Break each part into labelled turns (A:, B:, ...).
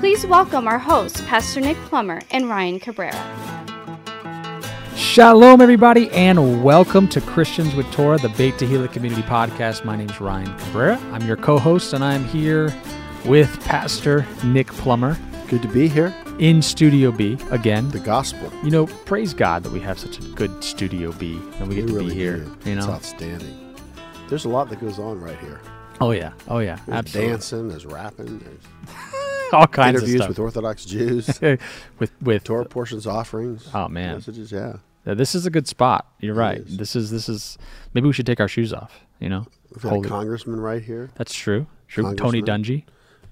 A: Please welcome our hosts, Pastor Nick Plummer and Ryan Cabrera.
B: Shalom, everybody, and welcome to Christians with Torah, the Beit Tehillah Community Podcast. My name is Ryan Cabrera. I'm your co host, and I'm here with Pastor Nick Plummer
C: Good to be here.
B: in Studio B again.
C: The gospel.
B: You know, praise God that we have such a good Studio B and we get to be here.
C: do.
B: You
C: It's
B: know?
C: outstanding. There's a lot that goes on right here.
B: Oh, yeah. Oh, yeah.
C: There's
B: Absolutely.
C: dancing, there's rapping, there's
B: All kinds
C: interviews
B: of
C: with
B: stuff.
C: Orthodox Jews,
B: With, with,
C: Torah portions, offerings.
B: Oh, man.
C: Messages, yeah.
B: uh, this is a good spot. You're right.
C: is.
B: This is, this is, maybe we should take our shoes off, you know?
C: We've got a congressman right here,
B: That's true. True. Tony Dungy.
C: Congressman.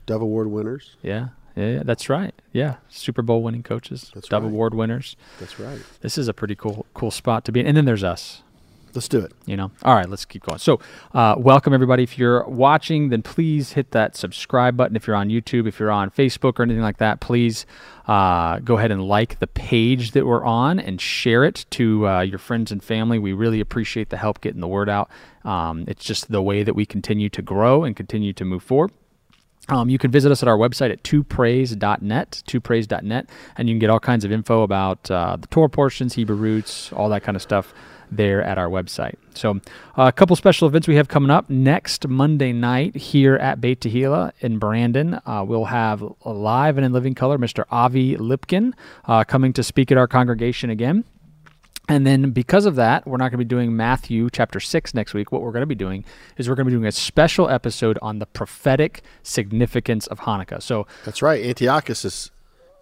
C: Dove Award winners.
B: Yeah, yeah, yeah, that's right. Yeah, Super Bowl winning coaches,
C: That's
B: Dove
C: right.
B: Award winners.
C: That's right.
B: This is a pretty cool, cool spot to be in. And then there's us.
C: Let's do it.
B: You know. All right, let's keep going. So, uh, welcome everybody. If you're watching, then please hit that subscribe button. If you're on YouTube, if you're on Facebook or anything like that, please uh, go ahead and like the page that we're on and share it to uh, your friends and family. We really appreciate the help getting the word out. Um, it's just the way that we continue to grow and continue to move forward. Um, you can visit us at our website at twopraise.net, twopraise.net, and you can get all kinds of info about uh, the Torah portions, Hebrew roots, all that kind of stuff there at our website. So, uh, a couple special events we have coming up next Monday night here at Beit Tehillah in Brandon. Uh, we'll have live and in living color Mr. Avi Lipkin uh, coming to speak at our congregation again. And then because of that, we're not going to be doing Matthew chapter 6 next week. What we're going to be doing is we're going to be doing a special episode on the prophetic significance of Hanukkah. So
C: That's right. Antiochus is,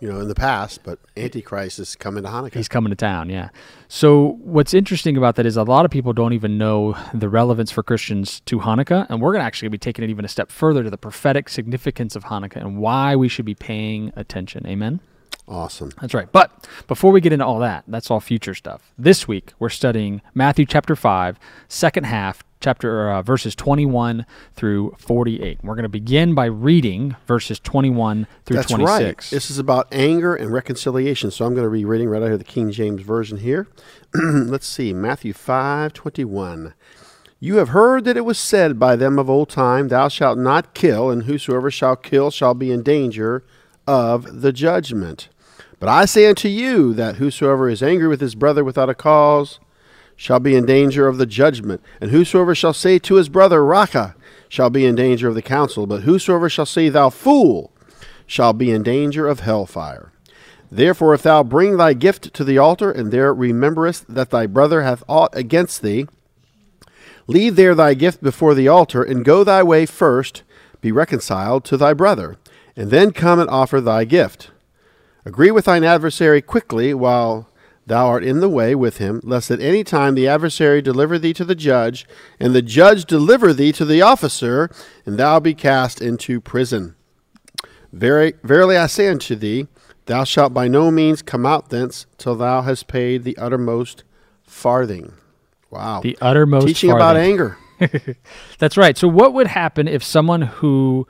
C: you know, in the past, but Antichrist is coming to Hanukkah.
B: he's coming to town, yeah. So what's interesting about that is a lot of people don't even know the relevance for Christians to Hanukkah. And we're going to actually be taking it even a step further to the prophetic significance of Hanukkah and why we should be paying attention. Amen.
C: awesome.
B: That's right. But before we get into all that, that's all future stuff. This week we're studying Matthew chapter 5, second half, chapter uh, verses 21 through 48. We're going to begin by reading verses 21 through
C: That's
B: 26.
C: right. This is about anger and reconciliation. So I'm going to be reading right out of the King James Version here. Let's see, Matthew 5 21. You have heard that it was said by them of old time, Thou shalt not kill, and whosoever shall kill shall be in danger of the judgment. But I say unto you that whosoever is angry with his brother without a cause shall be in danger of the judgment. And whosoever shall say to his brother, Raca, shall be in danger of the council. But whosoever shall say, Thou fool, shall be in danger of hellfire. Therefore, if thou bring thy gift to the altar, and there rememberest that thy brother hath aught against thee, Leave there thy gift before the altar, and go thy way first, be reconciled to thy brother, and then come and offer thy gift. Agree with thine adversary quickly while thou art in the way with him, lest at any time the adversary deliver thee to the judge, and the judge deliver thee to the officer, and thou be cast into prison. Very, verily I say unto thee, thou shalt by no means come out thence till thou hast paid the uttermost farthing. Wow
B: The uttermost
C: teaching about
B: farthing.
C: anger.
B: That's right. So, what would happen if someone who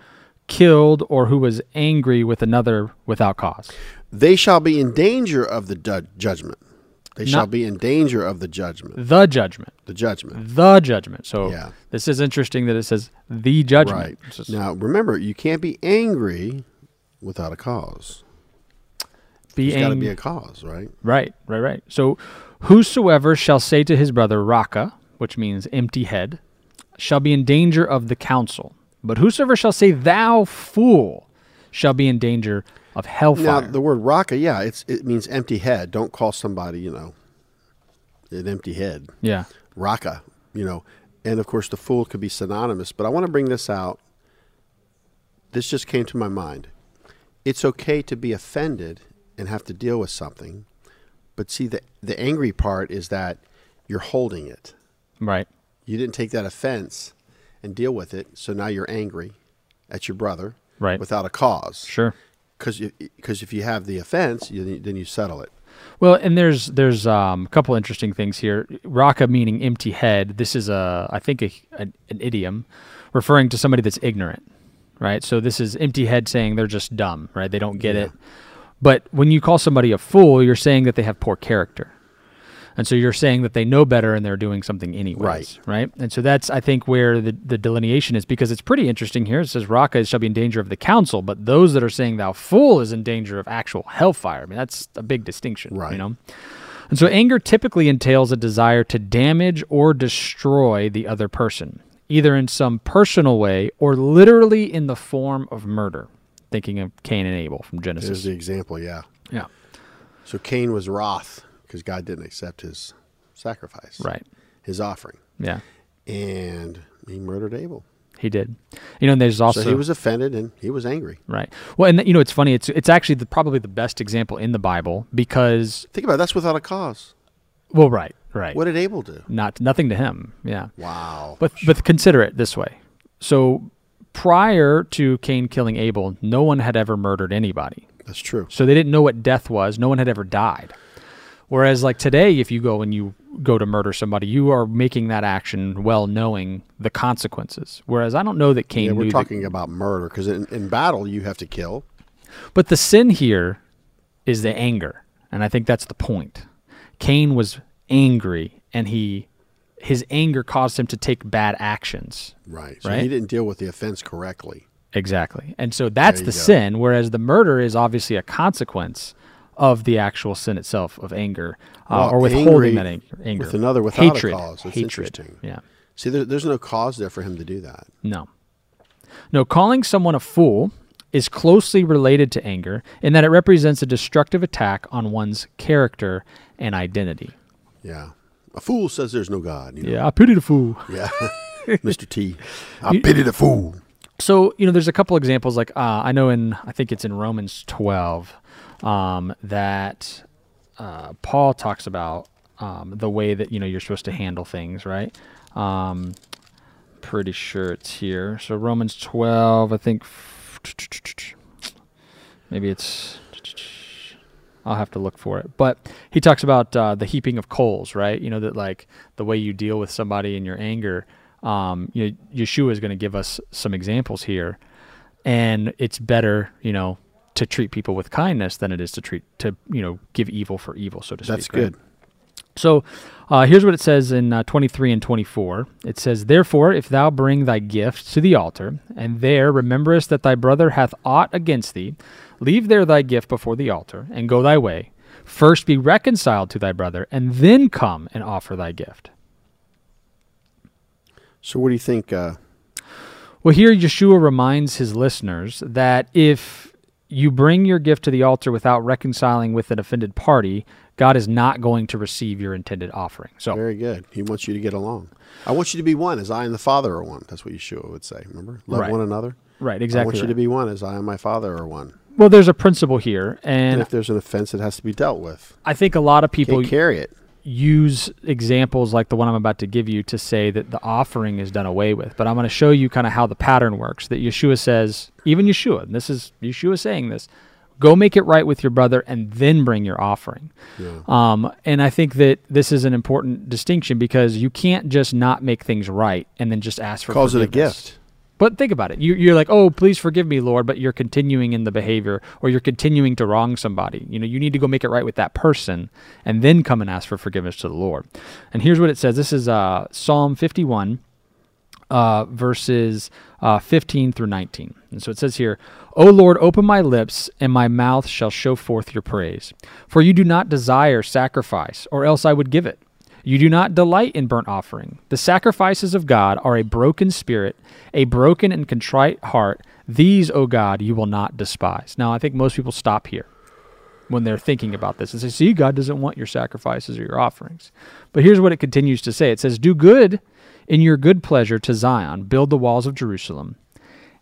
B: killed or who was angry with another without cause?
C: They shall be in danger of the du- judgment. They shall be in danger of the judgment.
B: The judgment.
C: The judgment.
B: The judgment. So,
C: Yeah.
B: this is interesting that it says the judgment.
C: Right.
B: It's just
C: Now, remember, you can't be angry without a cause.
B: be
C: There's got to
B: angry.
C: be a cause, right?
B: Right, right, right. So, whosoever shall say to his brother, Raka, which means empty head, shall be in danger of the council. But whosoever shall say, Thou fool, shall be in danger of hellfire.
C: Now, the word raka, yeah, it's it means empty head. Don't call somebody, you know, an empty head.
B: yeah.
C: Raka, you know. And of course, the fool could be synonymous, but I want to bring this out. This just came to my mind. It's okay to be offended and have to deal with something, but see, the, the angry part is that you're holding it.
B: Right.
C: You didn't take that offense and deal with it, so now you're angry at your brother
B: Right.
C: without a cause.
B: Sure.
C: Because if you have the offense, you, then you settle it.
B: Well, and there's there's um, a couple interesting things here. Raka meaning empty head. This is a I think a, a, an idiom referring to somebody that's ignorant, right? So this is empty head saying they're just dumb, right? They don't get it. But when you call somebody a fool, you're saying that they have poor character. And so you're saying that they know better and they're doing something anyways,
C: Right.
B: Right. And so that's I think where the, the delineation is because it's pretty interesting here. It says Raka shall be in danger of the council, but those that are saying thou fool is in danger of actual hellfire. I mean that's a big distinction.
C: Right.
B: You know? And so anger typically entails a desire to damage or destroy the other person, either in some personal way or literally in the form of murder. Thinking of Cain and Abel from
C: There's
B: Genesis.
C: the example, yeah.
B: Yeah.
C: So Cain was wroth because God didn't accept his sacrifice,
B: Right.
C: His offering,
B: Yeah.
C: and he murdered Abel.
B: He did. You know, and there's also
C: So he was offended and he was angry.
B: Right. Well, and you know, it's funny. It's it's actually the, probably the best example in the Bible because
C: Think about it, that's without a cause.
B: well, right, right.
C: What did Abel do?
B: Not nothing to him. Yeah.
C: Wow.
B: But but consider it this way. So prior to Cain killing Abel, no one had ever murdered anybody.
C: that's true.
B: So they didn't know what death was. No one had ever died. Whereas like today, if you go and you go to murder somebody, you are making that action well knowing the consequences. Whereas I don't know that Cain
C: Yeah,
B: knew
C: we're
B: the-
C: talking about murder because in, in battle you have to kill.
B: But the sin here is the anger, and I think that's the point. Cain was angry, and he his anger caused him to take bad actions.
C: Right. So he
B: Right.
C: didn't deal with the offense correctly.
B: Exactly, and so that's
C: There
B: the
C: you go.
B: sin. Whereas the murder is obviously a consequence of the actual sin itself of anger uh,
C: Well,
B: or withholding
C: angry
B: that ang- anger.
C: with another without a
B: hatred,
C: cause. That's
B: hatred.
C: interesting.
B: Yeah.
C: See, there, there's no cause there for him to do that.
B: No. No, calling someone a fool is closely related to anger in that it represents a destructive attack on one's character and identity.
C: Yeah. A fool says there's no God. You know?
B: Yeah, I pity the fool.
C: Yeah. Mr. T. I pity the fool.
B: So, you know, there's a couple examples like uh, I know in, I think it's in Romans 12 um, that uh, Paul talks about um, the way that, you know, you're supposed to handle things, right? Um, pretty sure it's here. So, Romans 12, I think maybe it's I'll have to look for it. But he talks about uh, the heaping of coals, right? You know that like the way you deal with somebody in your anger. Um, you Yeshua is going to give us some examples here, and it's better, you know, to treat people with kindness than it is to treat to you know give evil for evil, so to speak.
C: That's
B: right?
C: good.
B: So uh, here's what it says in uh, 23 and 24. It says, Therefore, if thou bring thy gift to the altar, and there rememberest that thy brother hath aught against thee, leave there thy gift before the altar, and go thy way. First be reconciled to thy brother, and then come and offer thy gift.
C: So what do you think? Uh,
B: Well, here Yeshua reminds his listeners that if you bring your gift to the altar without reconciling with an offended party, God is not going to receive your intended offering. So,
C: very good. He wants you to get along. I want you to be one as I and the Father are one. That's what Yeshua would say. Remember? Love
B: Right.
C: one another.
B: right,
C: I
B: exactly.
C: want you to
B: right.
C: be one as I and my Father are one.
B: Well, there's a principle here,
C: And
B: and
C: if there's an offense, it has to be dealt with.
B: I think a lot of people
C: Can't carry it.
B: use examples like the one I'm about to give you to say that the offering is done away with. But I'm going to show you kind of how the pattern works. That Yeshua says, even Yeshua, and this is Yeshua saying this, go make it right with your brother and then bring your offering.
C: Yeah.
B: Um, and I think that this is an important distinction because you can't just not make things right and then just ask for
C: Calls it a
B: forgiveness.
C: gift.
B: But think about it. You, you're like, oh, please forgive me, Lord, but you're continuing in the behavior or you're continuing to wrong somebody. You know, you need to go make it right with that person and then come and ask for forgiveness to the Lord. And here's what it says this is uh, Psalm 51, uh, verses uh, 15 through 19. And so it says here, O Lord, open my lips, and my mouth shall show forth your praise. For you do not desire sacrifice, or else I would give it. You do not delight in burnt offering. The sacrifices of God are a broken spirit, a broken and contrite heart. These, O God, you will not despise. Now, I think most people stop here when they're thinking about this and say, see, God doesn't want your sacrifices or your offerings. But here's what it continues to say it says, Do good in your good pleasure to Zion, build the walls of Jerusalem.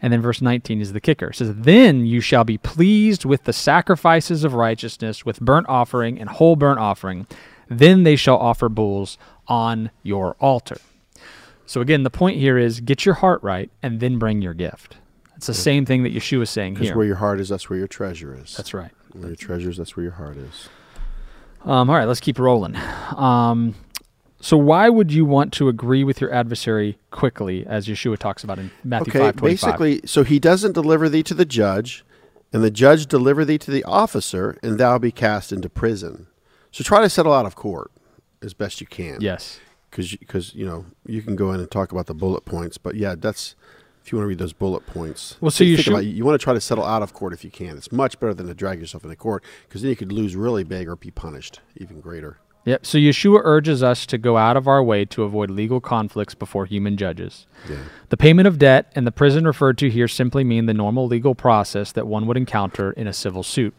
B: And then verse 19 is the kicker. It says, Then you shall be pleased with the sacrifices of righteousness, with burnt offering and whole burnt offering. Then they shall offer bulls on your altar. So again, the point here is get your heart right and then bring your gift. It's the same thing that Yeshua is saying
C: Because where
B: here.
C: your heart is, that's where your treasure is.
B: That's right.
C: where your treasure is, that's where your heart is.
B: Um, all right, let's keep rolling. Um, so why would you want to agree with your adversary quickly, as Yeshua talks about in Matthew
C: Okay,
B: five twenty-five?
C: basically, so he doesn't deliver thee to the judge, and the judge deliver thee to the officer, and thou be cast into prison. So try to settle out of court as best you can.
B: yes.
C: because you know you can go in and talk about the bullet points, but yeah, that's if you want to read those bullet points.
B: Well, so
C: think-
B: you
C: think
B: should-
C: about it. you want to try to settle out of court if you can. It's much better than to drag yourself into court because then you could lose really big or be punished even greater.
B: Yep. So Yeshua urges us to go out of our way to avoid legal conflicts before human judges.
C: Yeah.
B: The payment of debt and the prison referred to here simply mean the normal legal process that one would encounter in a civil suit.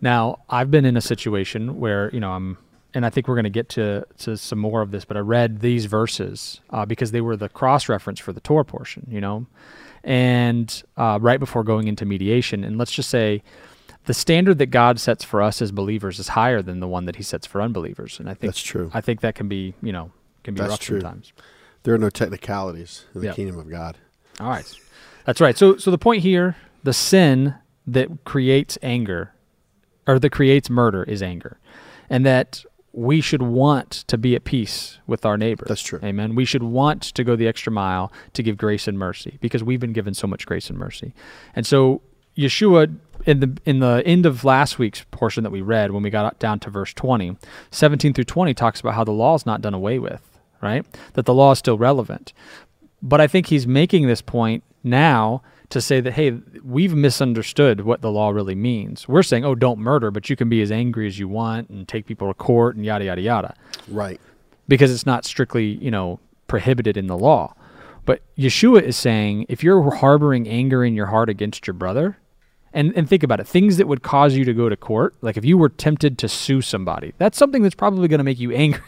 B: Now, I've been in a situation where, you know, I'm, and I think we're going to get to, to some more of this, but I read these verses uh, because they were the cross reference for the Torah portion, you know, and uh, right before going into mediation. And let's just say the standard that God sets for us as believers is higher than the one that he sets for unbelievers. And I think
C: That's true.
B: I think that can be, you know, can be
C: That's
B: rough
C: true.
B: sometimes.
C: There are no technicalities in the
B: Yeah.
C: kingdom of God.
B: All right. That's right. So so the point here, the sin that creates anger or that creates murder is anger. And that we should want to be at peace with our neighbor.
C: That's true.
B: Amen. We should want to go the extra mile to give grace and mercy because we've been given so much grace and mercy. And so Yeshua in the in the end of last week's portion that we read when we got down to verse 20, 17 through 20 talks about how the law is not done away with, right? That the law is still relevant. But I think he's making this point now to say that, hey, we've misunderstood what the law really means. We're saying, oh, don't murder, but you can be as angry as you want and take people to court and yada, yada, yada,
C: Right.
B: because it's not strictly, you know, prohibited in the law. But Yeshua is saying if you're harboring anger in your heart against your brother, and, and think about it things that would cause you to go to court, like if you were tempted to sue somebody, that's something that's probably going to make you angry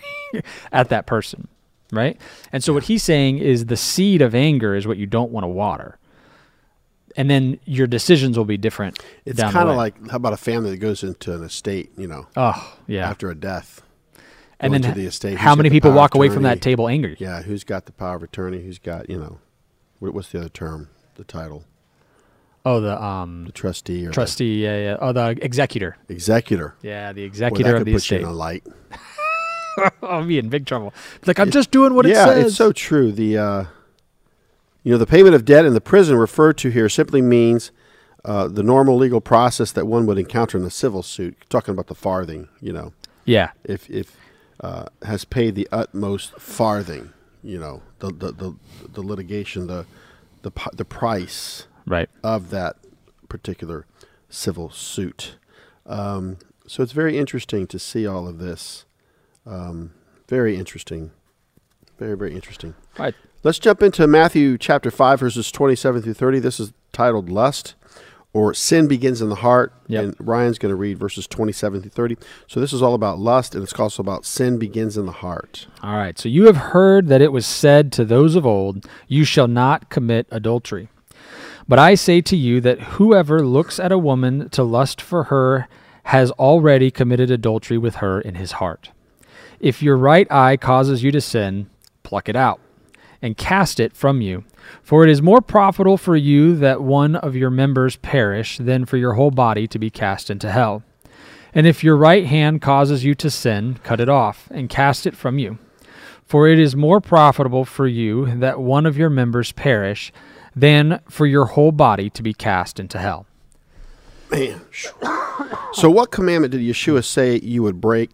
B: at that person, right? And so what he's saying is the seed of anger is what you don't want to water. And then your decisions will be different.
C: It's
B: down the
C: kind of
B: way.
C: like how about a family that goes into an estate, you know,
B: oh yeah,
C: after a death.
B: and
C: going
B: then
C: to the estate,
B: how
C: who's got
B: many
C: the
B: people
C: power of
B: walk away from
C: attorney?
B: that table angry?
C: Yeah, who's got the power of attorney? Who's got you know, what, what's the other term? The title,
B: Oh, the um,
C: the trustee or the
B: trustee, yeah, yeah. Oh, the executor.
C: executor.
B: Yeah, the
C: Boy,
B: executor
C: that
B: of
C: could
B: the
C: put you
B: estate.
C: in a light.
B: I'll be in big trouble. It's like I'm just doing what
C: yeah,
B: it says.
C: it's so true. The uh, you know the payment of debt in the prison referred to here simply means uh, the normal legal process that one would encounter in a civil suit. Talking about the farthing, you know,
B: yeah,
C: if if uh, has paid the utmost farthing, you know, the the, the, the litigation, the the pi- the price
B: right.
C: of that particular civil suit. Um, so it's very interesting to see all of this. Um, very interesting. Very, very interesting.
B: All right.
C: Let's jump into Matthew chapter 5, verses 27 through 30. This is titled Lust or Sin Begins in the Heart.
B: Yep.
C: And Ryan's going to read verses 27 through 30. So this is all about lust and it's also about sin begins in the heart.
B: All right. So you have heard that it was said to those of old, You shall not commit adultery. But I say to you that whoever looks at a woman to lust for her has already committed adultery with her in his heart. If your right eye causes you to sin, pluck it out and cast it from you. For it is more profitable for you that one of your members perish than for your whole body to be cast into hell. And if your right hand causes you to sin, cut it off and cast it from you. For it is more profitable for you that one of your members perish than for your whole body to be cast into hell.
C: Man. so what commandment did Yeshua say you would break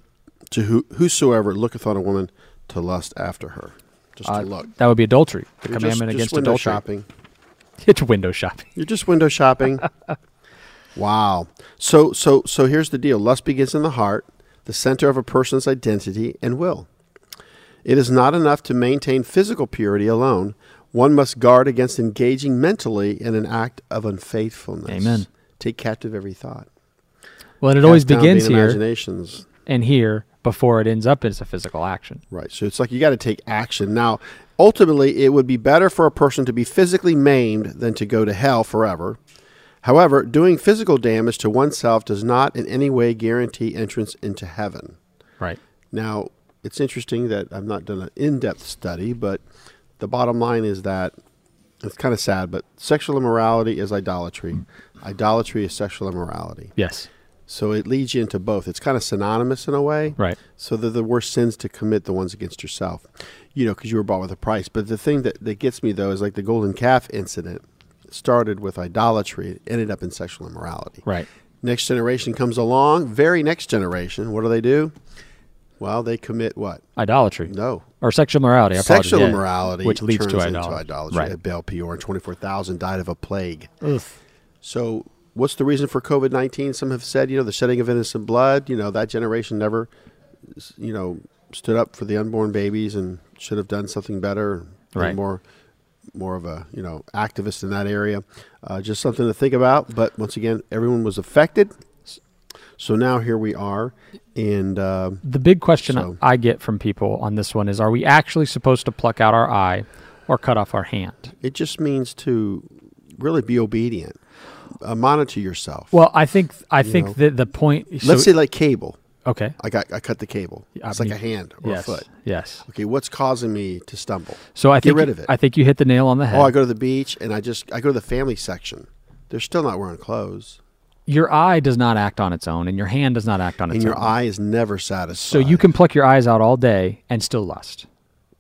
C: to who, whosoever looketh on a woman to lust after her? Just to look.
B: That would be adultery, Uh, the
C: You're just-
B: commandment against
C: just window
B: adultery.
C: shopping.
B: It's window shopping.
C: You're just window shopping. wow. So so so here's the deal. Lust begins in the heart, the center of a person's identity and will. It is not enough to maintain physical purity alone. One must guard against engaging mentally in an act of unfaithfulness.
B: Amen.
C: Take captive every thought.
B: Well, and it always
C: Cast down
B: begins
C: vain
B: here
C: Imaginations.
B: and here before it ends up as a physical action.
C: Right. So it's like you got to take action. Now, ultimately, it would be better for a person to be physically maimed than to go to hell forever. However, doing physical damage to oneself does not in any way guarantee entrance into heaven.
B: Right.
C: Now, it's interesting that I've not done an in depth study, but the bottom line is that it's kind of sad, but sexual immorality is idolatry. Idolatry is sexual immorality.
B: Yes.
C: So it leads you into both. It's kind of synonymous in a way.
B: Right.
C: So they're the worst sins to commit, the ones against yourself, you know, because you were bought with a price. But the thing that, that gets me, though, is like the golden calf incident started with idolatry, it ended up in sexual immorality.
B: Right.
C: Next generation comes along, very next generation. What do they do? Well, they commit what?
B: Idolatry
C: No.
B: or sexual morality. I apologize.
C: Sexual
B: Yeah.
C: immorality,
B: which leads
C: turns
B: to
C: into
B: idolatry.
C: idolatry.
B: Right.
C: Baal Peor, 24,000 died of a plague.
B: Ugh.
C: So, what's the reason for COVID 19? Some have said, you know, the shedding of innocent blood, you know, that generation never, s- you know, stood up for the unborn babies and should have done something better, been
B: Right.
C: more more of a you know activist in that area uh, just something to think about but once again everyone was affected so now here we are and uh,
B: The big question
C: So-
B: I get from people on this one is: Are we actually supposed to pluck out our eye or cut off our hand?
C: it just means to really be obedient uh, monitor yourself
B: Well, I think I think
C: know.
B: that the point.
C: let's
B: so,
C: say like cable
B: okay.
C: i got i cut the cable
B: I
C: it's like
B: mean,
C: a hand or
B: yes.
C: a foot
B: Yes.
C: okay, what's causing me to stumble?
B: So I
C: Get
B: think
C: rid
B: you-
C: of it.
B: I think you hit the nail on the head.
C: Oh, I go to the beach and I just I go to the family section. They're still not wearing clothes,
B: your eye does not act on its own, and your hand does not act on its
C: and your
B: own.
C: eye is never
B: so
C: satisfied.
B: you can pluck your eyes out all day and still lust.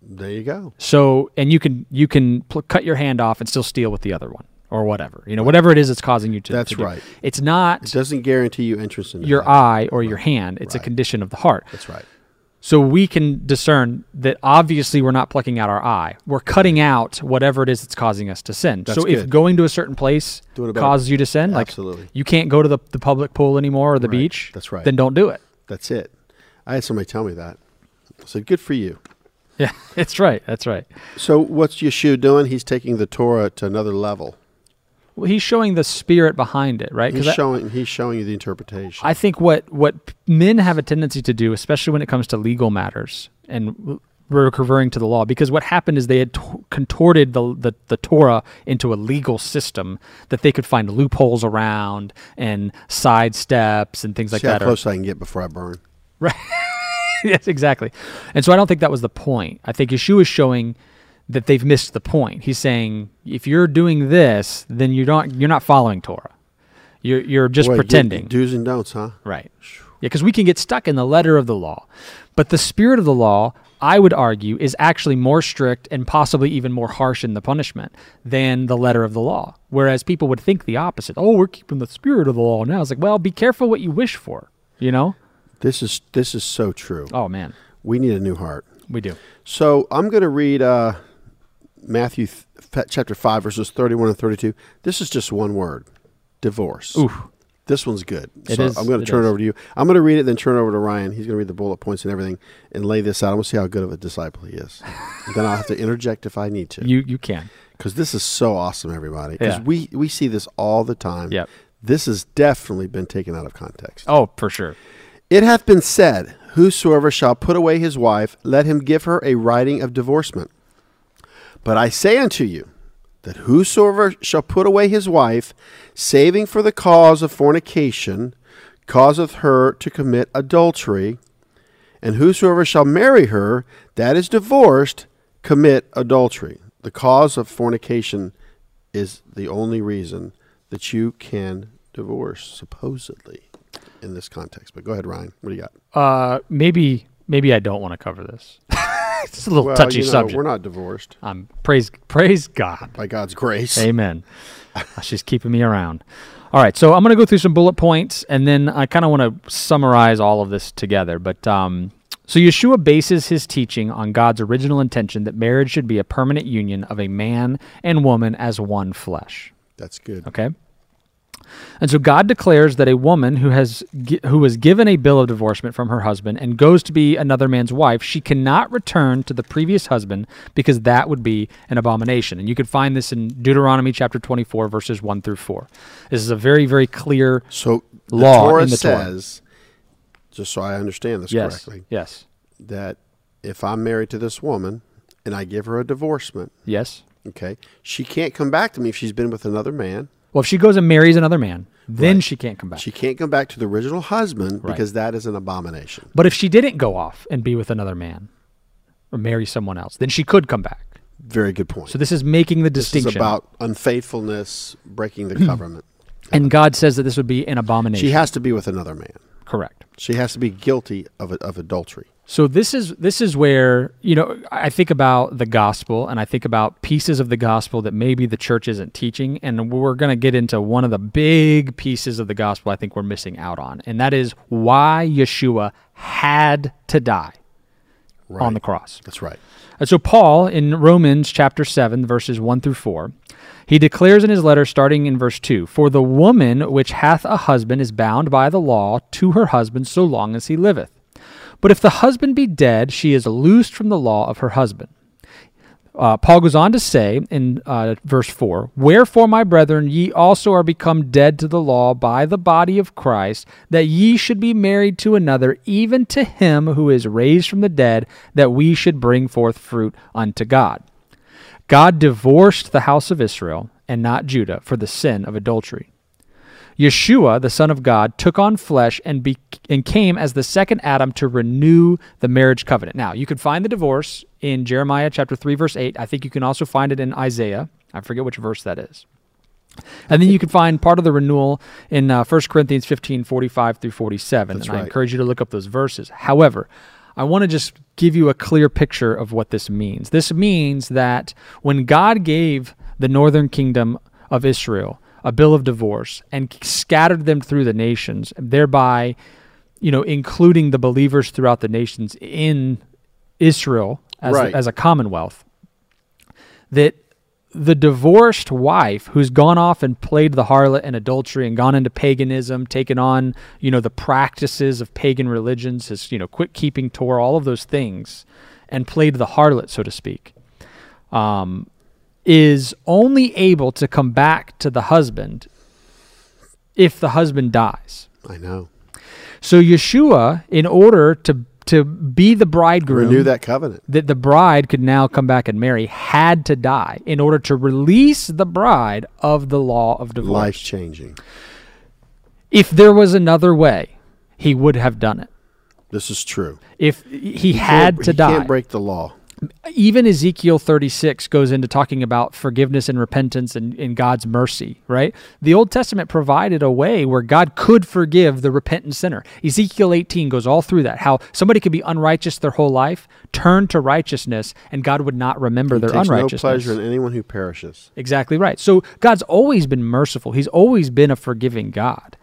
C: there you go.
B: So and you can you can pl- cut your hand off and still steal with the other one or whatever. You know whatever it is that's causing you to.
C: That's
B: to do.
C: right.
B: It's not
C: It doesn't guarantee you entrance in
B: your
C: heaven.
B: eye or your hand. It's a
C: Right.
B: condition of the heart.
C: That's right.
B: So we can discern that obviously we're not plucking out our eye. We're cutting out whatever it is that's causing us to sin.
C: That's
B: so if
C: good.
B: going to a certain place
C: Do it about-
B: causes you to sin,
C: Absolutely.
B: like you can't go to the, the public pool anymore or the beach,
C: That's right.
B: Then don't do it.
C: That's it. I had somebody tell me that. I said, "Good for you."
B: Yeah, that's right. That's right.
C: So what's Yeshua doing? He's taking the Torah to another level.
B: Well, he's showing the spirit behind it, right?
C: He's
B: I-
C: showing he's showing you the interpretation.
B: I think what what p- men have a tendency to do, especially when it comes to legal matters and w- we're referring to the law, because what happened is they had t- contorted the, the the Torah into a legal system that they could find loopholes around and side steps and things like
C: See how
B: that. uh, or-
C: close I can get before I burn.
B: yes, exactly. And so I don't think that was the point. I think Yeshua is showing that they've missed the point. He's saying if you're doing this, then you're not you're not following Torah. You're you're just
C: Boy, you-
B: pretending.
C: do's and don'ts, huh?
B: Right. Yeah, because we can get stuck in the letter of the law. But the spirit of the law, I would argue, is actually more strict and possibly even more harsh in the punishment than the letter of the law. Whereas people would think the opposite. Oh, we're keeping the spirit of the law now. It's like, well, be careful what you wish for, you know?
C: This is this is so true.
B: Oh, man.
C: We need a new heart.
B: We do.
C: So I'm going to read uh, Matthew th- fa- chapter 5, verses 31 and 32. This is just one word divorce.
B: Oof.
C: This one's good.
B: It
C: so
B: is-
C: I'm going
B: it
C: to turn
B: is.
C: it over to you. I'm going to read it, then turn it over to Ryan. He's going to read the bullet points and everything and lay this out. I'm going to see how good of a disciple he is. And then I'll have to interject if I need to.
B: You you can.
C: Because this is so awesome, everybody. Because
B: Yeah.
C: we, we see this all the time.
B: Yep.
C: This has definitely been taken out of context.
B: Oh, for sure.
C: It hath been said, Whosoever shall put away his wife, let him give her a writing of divorcement. But I say unto you, that whosoever shall put away his wife, saving for the cause of fornication, causeth her to commit adultery, and whosoever shall marry her that is divorced, commit adultery. The cause of fornication is the only reason that you can divorce, supposedly, in this context. But go ahead, Ryan. What do you got?
B: Uh maybe maybe I don't want to cover this. it's a little
C: Well,
B: touchy
C: you know,
B: subject.
C: We're not divorced
B: I'm praise praise God.
C: by God's grace.
B: Amen. She's keeping me around. All right, so I'm going to go through some bullet points, and then I kind of want to summarize all of this together. But um, so Yeshua bases his teaching on God's original intention that marriage should be a permanent union of a man and woman as one flesh.
C: That's good.
B: Okay. And so God declares that a woman who has gi- who was given a bill of divorcement from her husband and goes to be another man's wife, she cannot return to the previous husband because that would be an abomination. And you can find this in Deuteronomy chapter 24 verses 1 through 4. This is a very very clear
C: So the
B: Law
C: Torah
B: in the Torah.
C: says, just so I understand this
B: yes.
C: correctly,
B: Yes.
C: that if I'm married to this woman and I give her a divorcement,
B: Yes.
C: okay, she can't come back to me if she's been with another man.
B: Well, if she goes and marries another man, then she can't come back.
C: She can't come back to the original husband
B: Right.
C: because that is an abomination.
B: but if she didn't go off and be with another man or marry someone else, then she could come back.
C: Very good point.
B: So this is making the
C: this is
B: distinction.
C: about unfaithfulness, breaking the covenant.
B: And God says that this would be an abomination.
C: She has to be with another man.
B: Correct.
C: She has to be guilty of, of adultery.
B: So this is this is where you know I think about the gospel and I think about pieces of the gospel that maybe the church isn't teaching, and we're going to get into one of the big pieces of the gospel I think we're missing out on, and that is why Yeshua had to die on
C: Right.
B: the cross.
C: That's right.
B: And Uh, so Paul in Romans chapter 7 verses 1 through 4, he declares in his letter starting in verse 2, "For the woman which hath a husband is bound by the law to her husband so long as he liveth. But if the husband be dead, she is loosed from the law of her husband." Uh, Paul goes on to say in uh, verse 4 Wherefore, my brethren, ye also are become dead to the law by the body of Christ, that ye should be married to another, even to him who is raised from the dead, that we should bring forth fruit unto God. God divorced the house of Israel and not Judah for the sin of adultery. Yeshua, the Son of God, took on flesh and be, and came as the second Adam to renew the marriage covenant. Now, you could find the divorce in Jeremiah chapter 3 verse 8. I think you can also find it in Isaiah. I forget which verse that is. And then you can find part of the renewal in uh, 1 Corinthians 15, 45 through 47. and I
C: right.
B: encourage you to look up those verses. However, I want to just give you a clear picture of what this means. This means that when God gave the northern kingdom of Israel a bill of divorce and scattered them through the nations, thereby, you know, including the believers throughout the nations in Israel as,
C: Right.
B: as a commonwealth, that the divorced wife who's gone off and played the harlot and adultery and gone into paganism, taken on, you know, the practices of pagan religions, has, you know, quit keeping Torah, all of those things, and played the harlot, so to speak, um, is only able to come back to the husband if the husband dies.
C: I know.
B: So Yeshua, in order to to be the bridegroom,
C: Renew that covenant.
B: that the bride could now come back and marry had to die in order to release the bride of the law of divorce.
C: Life changing.
B: If there was another way, he would have done it.
C: This is true.
B: If he had
C: Can't-
B: to
C: he
B: die.
C: Can't break the law.
B: even Ezekiel 36 goes into talking about forgiveness and repentance and, and God's mercy, right? The Old Testament provided a way where God could forgive the repentant sinner. Ezekiel 18 goes all through that, how somebody could be unrighteous their whole life, turn to righteousness, and God would not remember their
C: Takes no
B: unrighteousness.
C: pleasure in anyone who perishes.
B: Exactly right. So God's always been merciful. He's always been a forgiving God.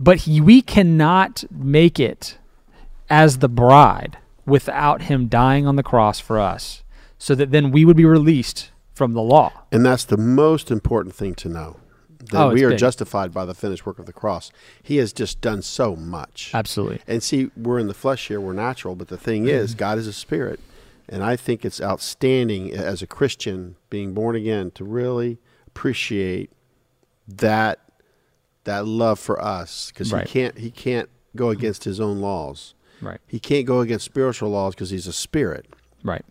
B: But he, we cannot make it as the bride without him dying on the cross for us so that then we would be released from the law.
C: And that's the most important thing to know. That
B: Oh, it's
C: we are
B: big.
C: justified by the finished work of the cross. He has just done so much.
B: Absolutely.
C: And see, we're in the flesh here, we're natural, but the thing is, God is a spirit. And I think it's outstanding as a Christian being born again to really appreciate that that love for us because
B: Right.
C: he can't he can't go against his own laws.
B: Right.
C: He can't go against spiritual laws because he's a spirit.
B: Right.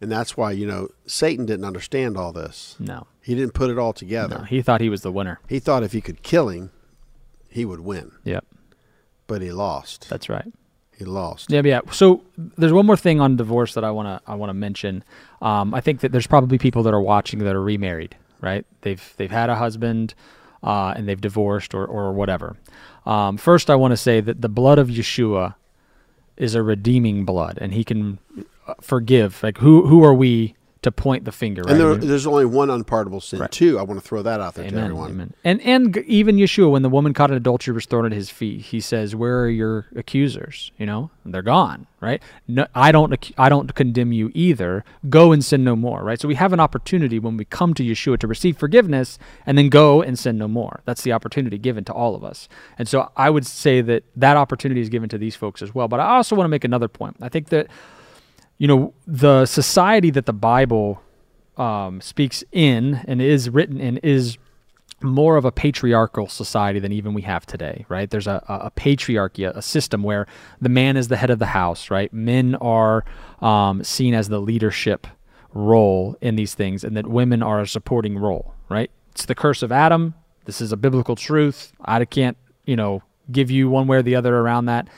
C: And that's why, you know, Satan didn't understand all this.
B: No.
C: He didn't put it all together.
B: Mm. No, he thought he was the winner.
C: He thought if he could kill him, he would win,
B: Yep.
C: but he lost.
B: That's right.
C: he lost.
B: Yeah, but yeah. So there's one more thing on divorce that I wanna I wanna mention. Um, I think that there's probably people that are watching that are remarried, right? They've they've had a husband, uh, and they've divorced or or whatever. Um, first, I want to say that the blood of Yeshua is a redeeming blood, and He can uh, forgive. Like who who are we to point the finger? Right?
C: And there,
B: We-
C: there's only one unpardonable sin, too. I want to throw that out there to
B: Amen.
C: everyone.
B: Amen. And and g- even Yeshua, when the woman caught in adultery was thrown at his feet, he says, "Where are your accusers? You know, they're gone, right? No, I don't, ac- I don't condemn you either. Go and sin no more, right? So we have an opportunity when we come to Yeshua to receive forgiveness and then go and sin no more. That's the opportunity given to all of us. And so I would say that that opportunity is given to these folks as well. But I also want to make another point. I think that you know the society that the bible um, speaks in and is written in is more of a patriarchal society than even we have today right there's a, a a patriarchy a system where the man is the head of the house right men are um, seen as the leadership role in these things and that women are a supporting role right it's the curse of adam this is a biblical truth i can't you know give you one way or the other around that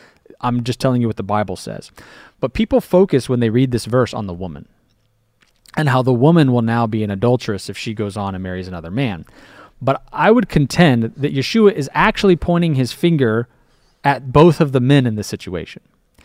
B: I'm just telling you what the Bible says. But people focus when they read this verse on the woman and how the woman will now be an adulteress if she goes on and marries another man. But I would contend that Yeshua is actually pointing his finger at both of the men in this situation.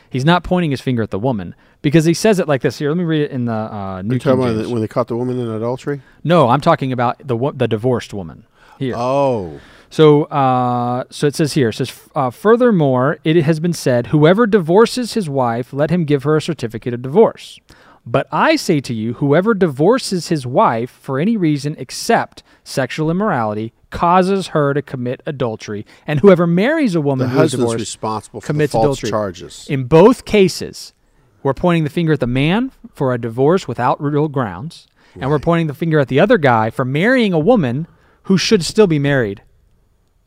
B: He's not pointing his finger at the woman because he says it like this. Here, let me read it in the uh, New
C: You talking
B: King
C: about
B: James.
C: when they caught the woman in adultery?
B: No, I'm talking about the wo- the divorced woman here.
C: Oh,
B: So, uh, so it says here. It says, uh, furthermore, it has been said, whoever divorces his wife, let him give her a certificate of divorce. But I say to you, whoever divorces his wife for any reason except sexual immorality causes her to commit adultery, and whoever marries a
C: the
B: woman who is
C: husband's
B: divorced
C: responsible for the
B: commits
C: false
B: adultery.
C: charges.
B: In both cases, we're pointing the finger at the man for a divorce without real grounds, and we're pointing the finger at the other guy for marrying a woman who should still be married,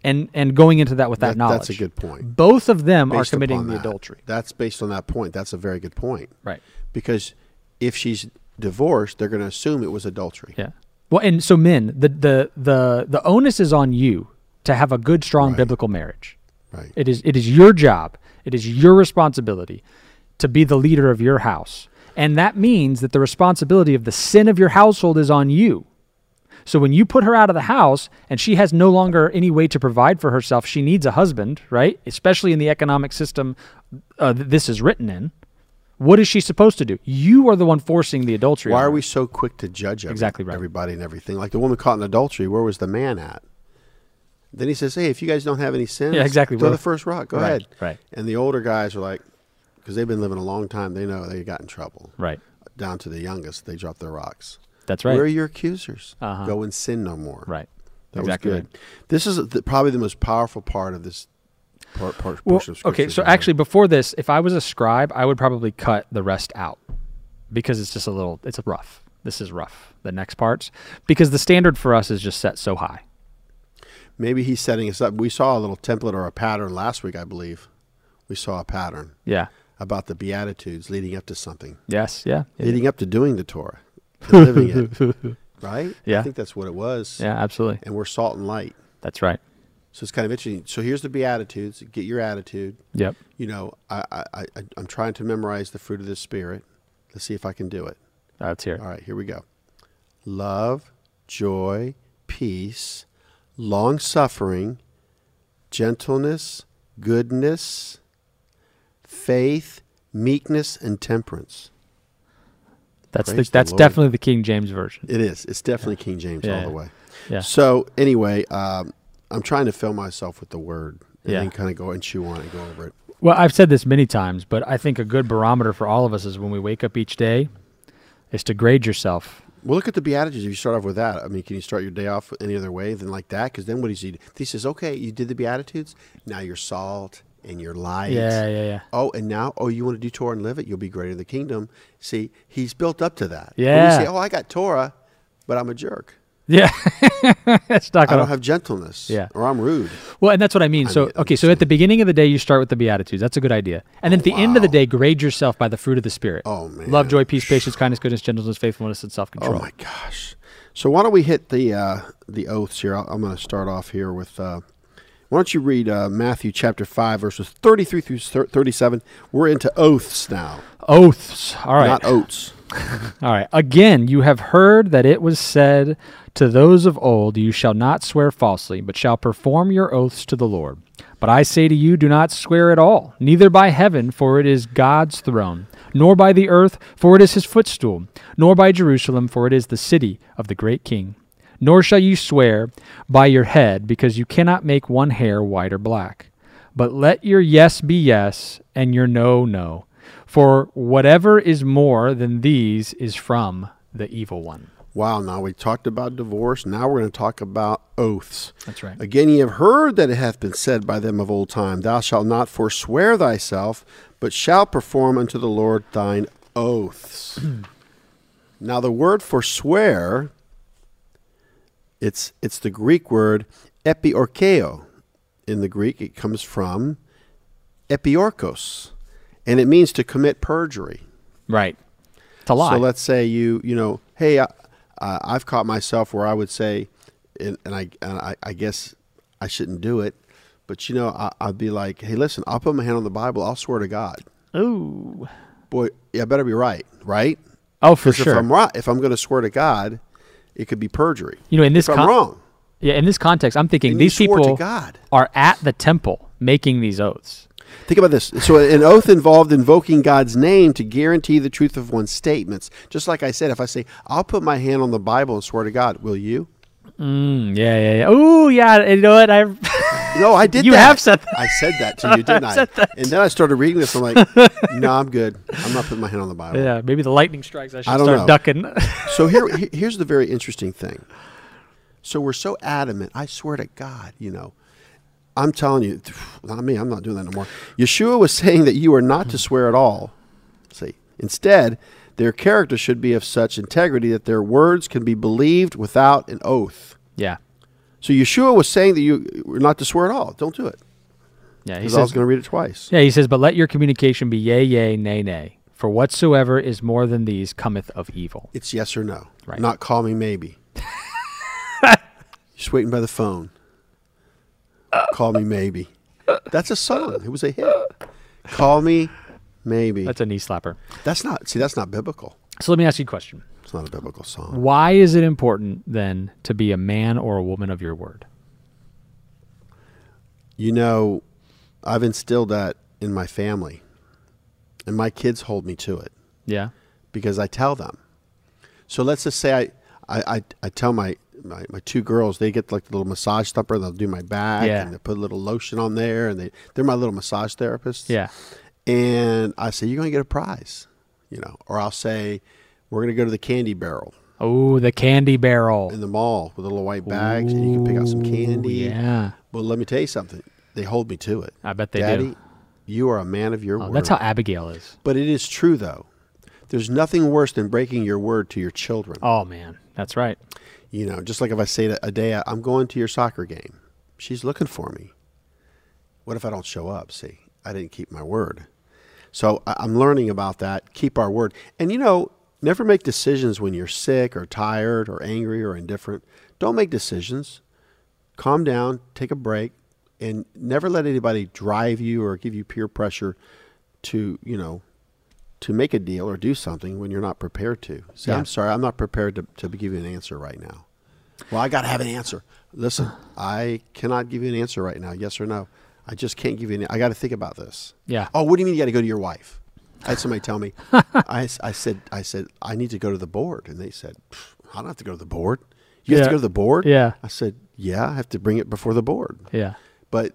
B: and and going into that with that,
C: That-
B: knowledge.
C: that's a good point.
B: Both of them are
C: Based
B: committing
C: upon
B: the
C: that.
B: adultery.
C: That's based on that point. That's a very good point.
B: Right.
C: Because if she's divorced, they're going to assume it was adultery.
B: Yeah. Well, and so men, the the the the onus is on you to have a good, strong biblical marriage.
C: Right.
B: It is it is your job. It is your responsibility to be the leader of your house. And that means that the responsibility of the sin of your household is on you. So when you put her out of the house and she has no longer any way to provide for herself, she needs a husband, right? Especially in the economic system uh, that this is written in. What is she supposed to do? You are the one forcing the adultery.
C: Why
B: on
C: are
B: her.
C: we so quick to judge every-
B: Exactly right.
C: everybody and everything? Like the woman caught in adultery, where was the man at? Then he says, "Hey, if you guys don't have any sins,
B: Yeah, exactly.
C: throw
B: We're-
C: the first rock. Go
B: Right,
C: ahead."
B: right.
C: And the older guys are like, because they've been living a long time, they know they got in trouble.
B: Right.
C: Down to the youngest, they drop their rocks.
B: That's right. Uh-huh.
C: Where are your accusers? Go and sin no more.
B: Right.
C: That
B: exactly.
C: was
B: right.
C: good. This is the, probably the most powerful part of this part, part,
B: Well,
C: portion of
B: okay,
C: Scripture
B: so
C: that I-
B: actually, before this, if I was a scribe, I would probably cut the rest out because it's just a little, it's rough. This is rough. The next parts because the standard for us is just set so high.
C: maybe he's setting us up. We saw a little template or a pattern last week, I believe. We saw a pattern
B: Yeah.
C: about the beatitudes leading up to something.
B: Yes. Yeah. Yeah.
C: leading up to doing the Torah, to living it, right? I
B: Yeah.
C: think that's what it was.
B: Yeah, Absolutely.
C: And we're salt and light.
B: That's right.
C: So it's kind of interesting. So here's the Beatitudes. Get your attitude.
B: Yep.
C: You know, I, I, I, I'm trying to memorize the fruit of the Spirit. Let's see if I can do it.
B: That's here.
C: All right, here we go. Love, joy, peace, long suffering, gentleness, goodness, faith, meekness, and temperance.
B: That's the,
C: Praise the
B: that's
C: Lord.
B: definitely the King James version.
C: It is. It's definitely King James all
B: Yeah.
C: the way.
B: Yeah.
C: So anyway, um, I'm trying to fill myself with the word and
B: Yeah.
C: then kind of go and chew on it, go over it.
B: Well, I've said this many times, but I think a good barometer for all of us is when we wake up each day, is to grade yourself.
C: Well, look at the Beatitudes. If you start off with that, I mean, can you start your day off any other way than like that? Because then what does he do? He says, okay, you did the Beatitudes. Now you're salt and you're light.
B: Yeah. Yeah. Yeah.
C: Oh, and now, oh, you want to do Torah and live it? You'll be greater in the kingdom. See, he's built up to that. When
B: Yeah.
C: we say, oh, I got Torah, but I'm a jerk.
B: Yeah. that's not
C: I
B: gonna
C: don't have gentleness.
B: Yeah.
C: Or I'm rude.
B: Well, and that's what I mean. So,
C: mean,
B: okay, so at the beginning of the day, you start with the Beatitudes. That's a good idea. And then at the end of the day, grade yourself by the fruit of the Spirit
C: Oh,
B: love,
C: man.
B: joy, peace, patience, kindness, goodness, gentleness, faithfulness, and self
C: Oh
B: control.
C: my gosh! So why don't we hit the uh, the oaths here? I'll, I'm going to start off here with. Uh, why don't you read uh, Matthew chapter five verses thirty three through thir- thirty seven? We're into oaths now,
B: Oaths. All right.
C: not oats.
B: All right. Again, you have heard that it was said to those of old, You shall not swear falsely, but shall perform your oaths to the Lord. But I say to you, do not swear at all, neither by heaven, for it is God's throne, nor by the earth, for it is his footstool, nor by Jerusalem, for it is the city of the great king. Nor shall you swear by your head, because you cannot make one hair white or black. But let your yes be yes, and your no, no. For whatever is more than these is from the evil one.
C: Wow! Now we talked about divorce. Now we're going to talk about oaths.
B: That's right.
C: Again, ye have heard that it hath been said by them of old time, Thou shalt not forswear thyself, but shalt perform unto the Lord thine oaths. now, the word forswear, it's it's the Greek word epiorkeo. In the Greek, it comes from epiorkos, and it means to commit perjury.
B: Right. It's a lie.
C: So let's say you, you know, hey, I, uh, I've caught myself where I would say, and, and, I, and I, I guess I shouldn't do it, but you know, I, I'd be like, hey, listen, I'll put my hand on the Bible. I'll swear to God.
B: Ooh.
C: Boy, yeah, I better be right, right?
B: Oh, for
C: 'Cause If
B: sure.
C: I'm right, if I'm going to swear to God, it could be perjury.
B: You know, in this
C: if I'm
B: con-
C: wrong,
B: Yeah, in this context, I'm thinking
C: And you
B: these
C: swore to
B: people
C: God.
B: are at the temple making these oaths.
C: Think about this. So, an oath involved invoking God's name to guarantee the truth of one's statements. Just like I said, if I say, I'll put my hand on the Bible and swear to God, will you?
B: Mm, yeah, yeah, yeah. Oh, yeah. You know what? I
C: No, I did
B: You
C: that.
B: have said that.
C: I said that to you, didn't I?
B: said that.
C: And then I started reading this. I'm like, no, I'm good. I'm not putting my hand on the Bible.
B: yeah. Maybe the lightning strikes. I should
C: I don't
B: start
C: know.
B: ducking.
C: So, here, he- here's the very interesting thing. So, we're so adamant. I swear to God, you know. I'm telling you, not me, I'm not doing that anymore. Yeshua was saying that you are not to swear at all. See, instead, their character should be of such integrity that their words can be believed without an oath.
B: yeah,
C: So Yeshua was saying that you were not to swear at all. Don't do it.
B: yeah. He
C: Because I was
B: says.
C: going to read it twice.
B: Yeah, he says, but let your communication be yea, yea, nay, nay. For whatsoever is more than these cometh of evil.
C: It's yes or no.
B: Right.
C: Not call me maybe. Just waiting by the phone. Call me maybe. That's a song. It was a hit. Call me maybe.
B: That's a knee slapper.
C: That's not. See, that's not biblical.
B: So let me ask you a question.
C: It's not a biblical song.
B: Why is it important then to be a man or a woman of your word?
C: You know, I've instilled that in my family, and my kids hold me to it
B: Yeah.
C: because I tell them. So let's just say I, I, I, I tell my, my, my two girls, they get like the little massage thumper, they'll do my back,
B: Yeah.
C: and they put a little lotion on there, and they, they're my little massage therapists.
B: Yeah.
C: And I say, You're going to get a prize, you know, or I'll say, We're going to go to the candy barrel
B: Oh, the candy barrel.
C: in the mall with the little white bags, and you can pick out some candy.
B: Yeah.
C: Well, let me tell you something. They hold me to it.
B: I bet they
C: Daddy,
B: do.
C: you are a man of your
B: Oh,
C: word.
B: that's how Abigail is.
C: But it is true, though. There's nothing worse than breaking your word to your children.
B: Oh man, that's right.
C: You know, just like if I say to Adea, I'm going to your soccer game. She's looking for me. What if I don't show up? See, I didn't keep my word. So I- I'm learning about that. Keep our word. And you know, never make decisions when you're sick or tired or angry or indifferent. Don't make decisions. Calm down, take a break, and never let anybody drive you or give you peer pressure to, you know, to make a deal or do something when you're not prepared to. Say,
B: Yeah.
C: I'm sorry, I'm not prepared to, to give you an answer right now. Well, I got to have an answer. Listen, I cannot give you an answer right now, yes or no. I just can't give you an I got to think about this.
B: Yeah.
C: Oh, what do you mean you got to go to your wife? I had somebody tell me. I, s- I said, I said, I need to go to the board. And they said, "Pff, I don't have to go to the board. You have
B: Yeah.
C: to go to the board?
B: Yeah.
C: I said, yeah, I have to bring it before the board.
B: Yeah.
C: But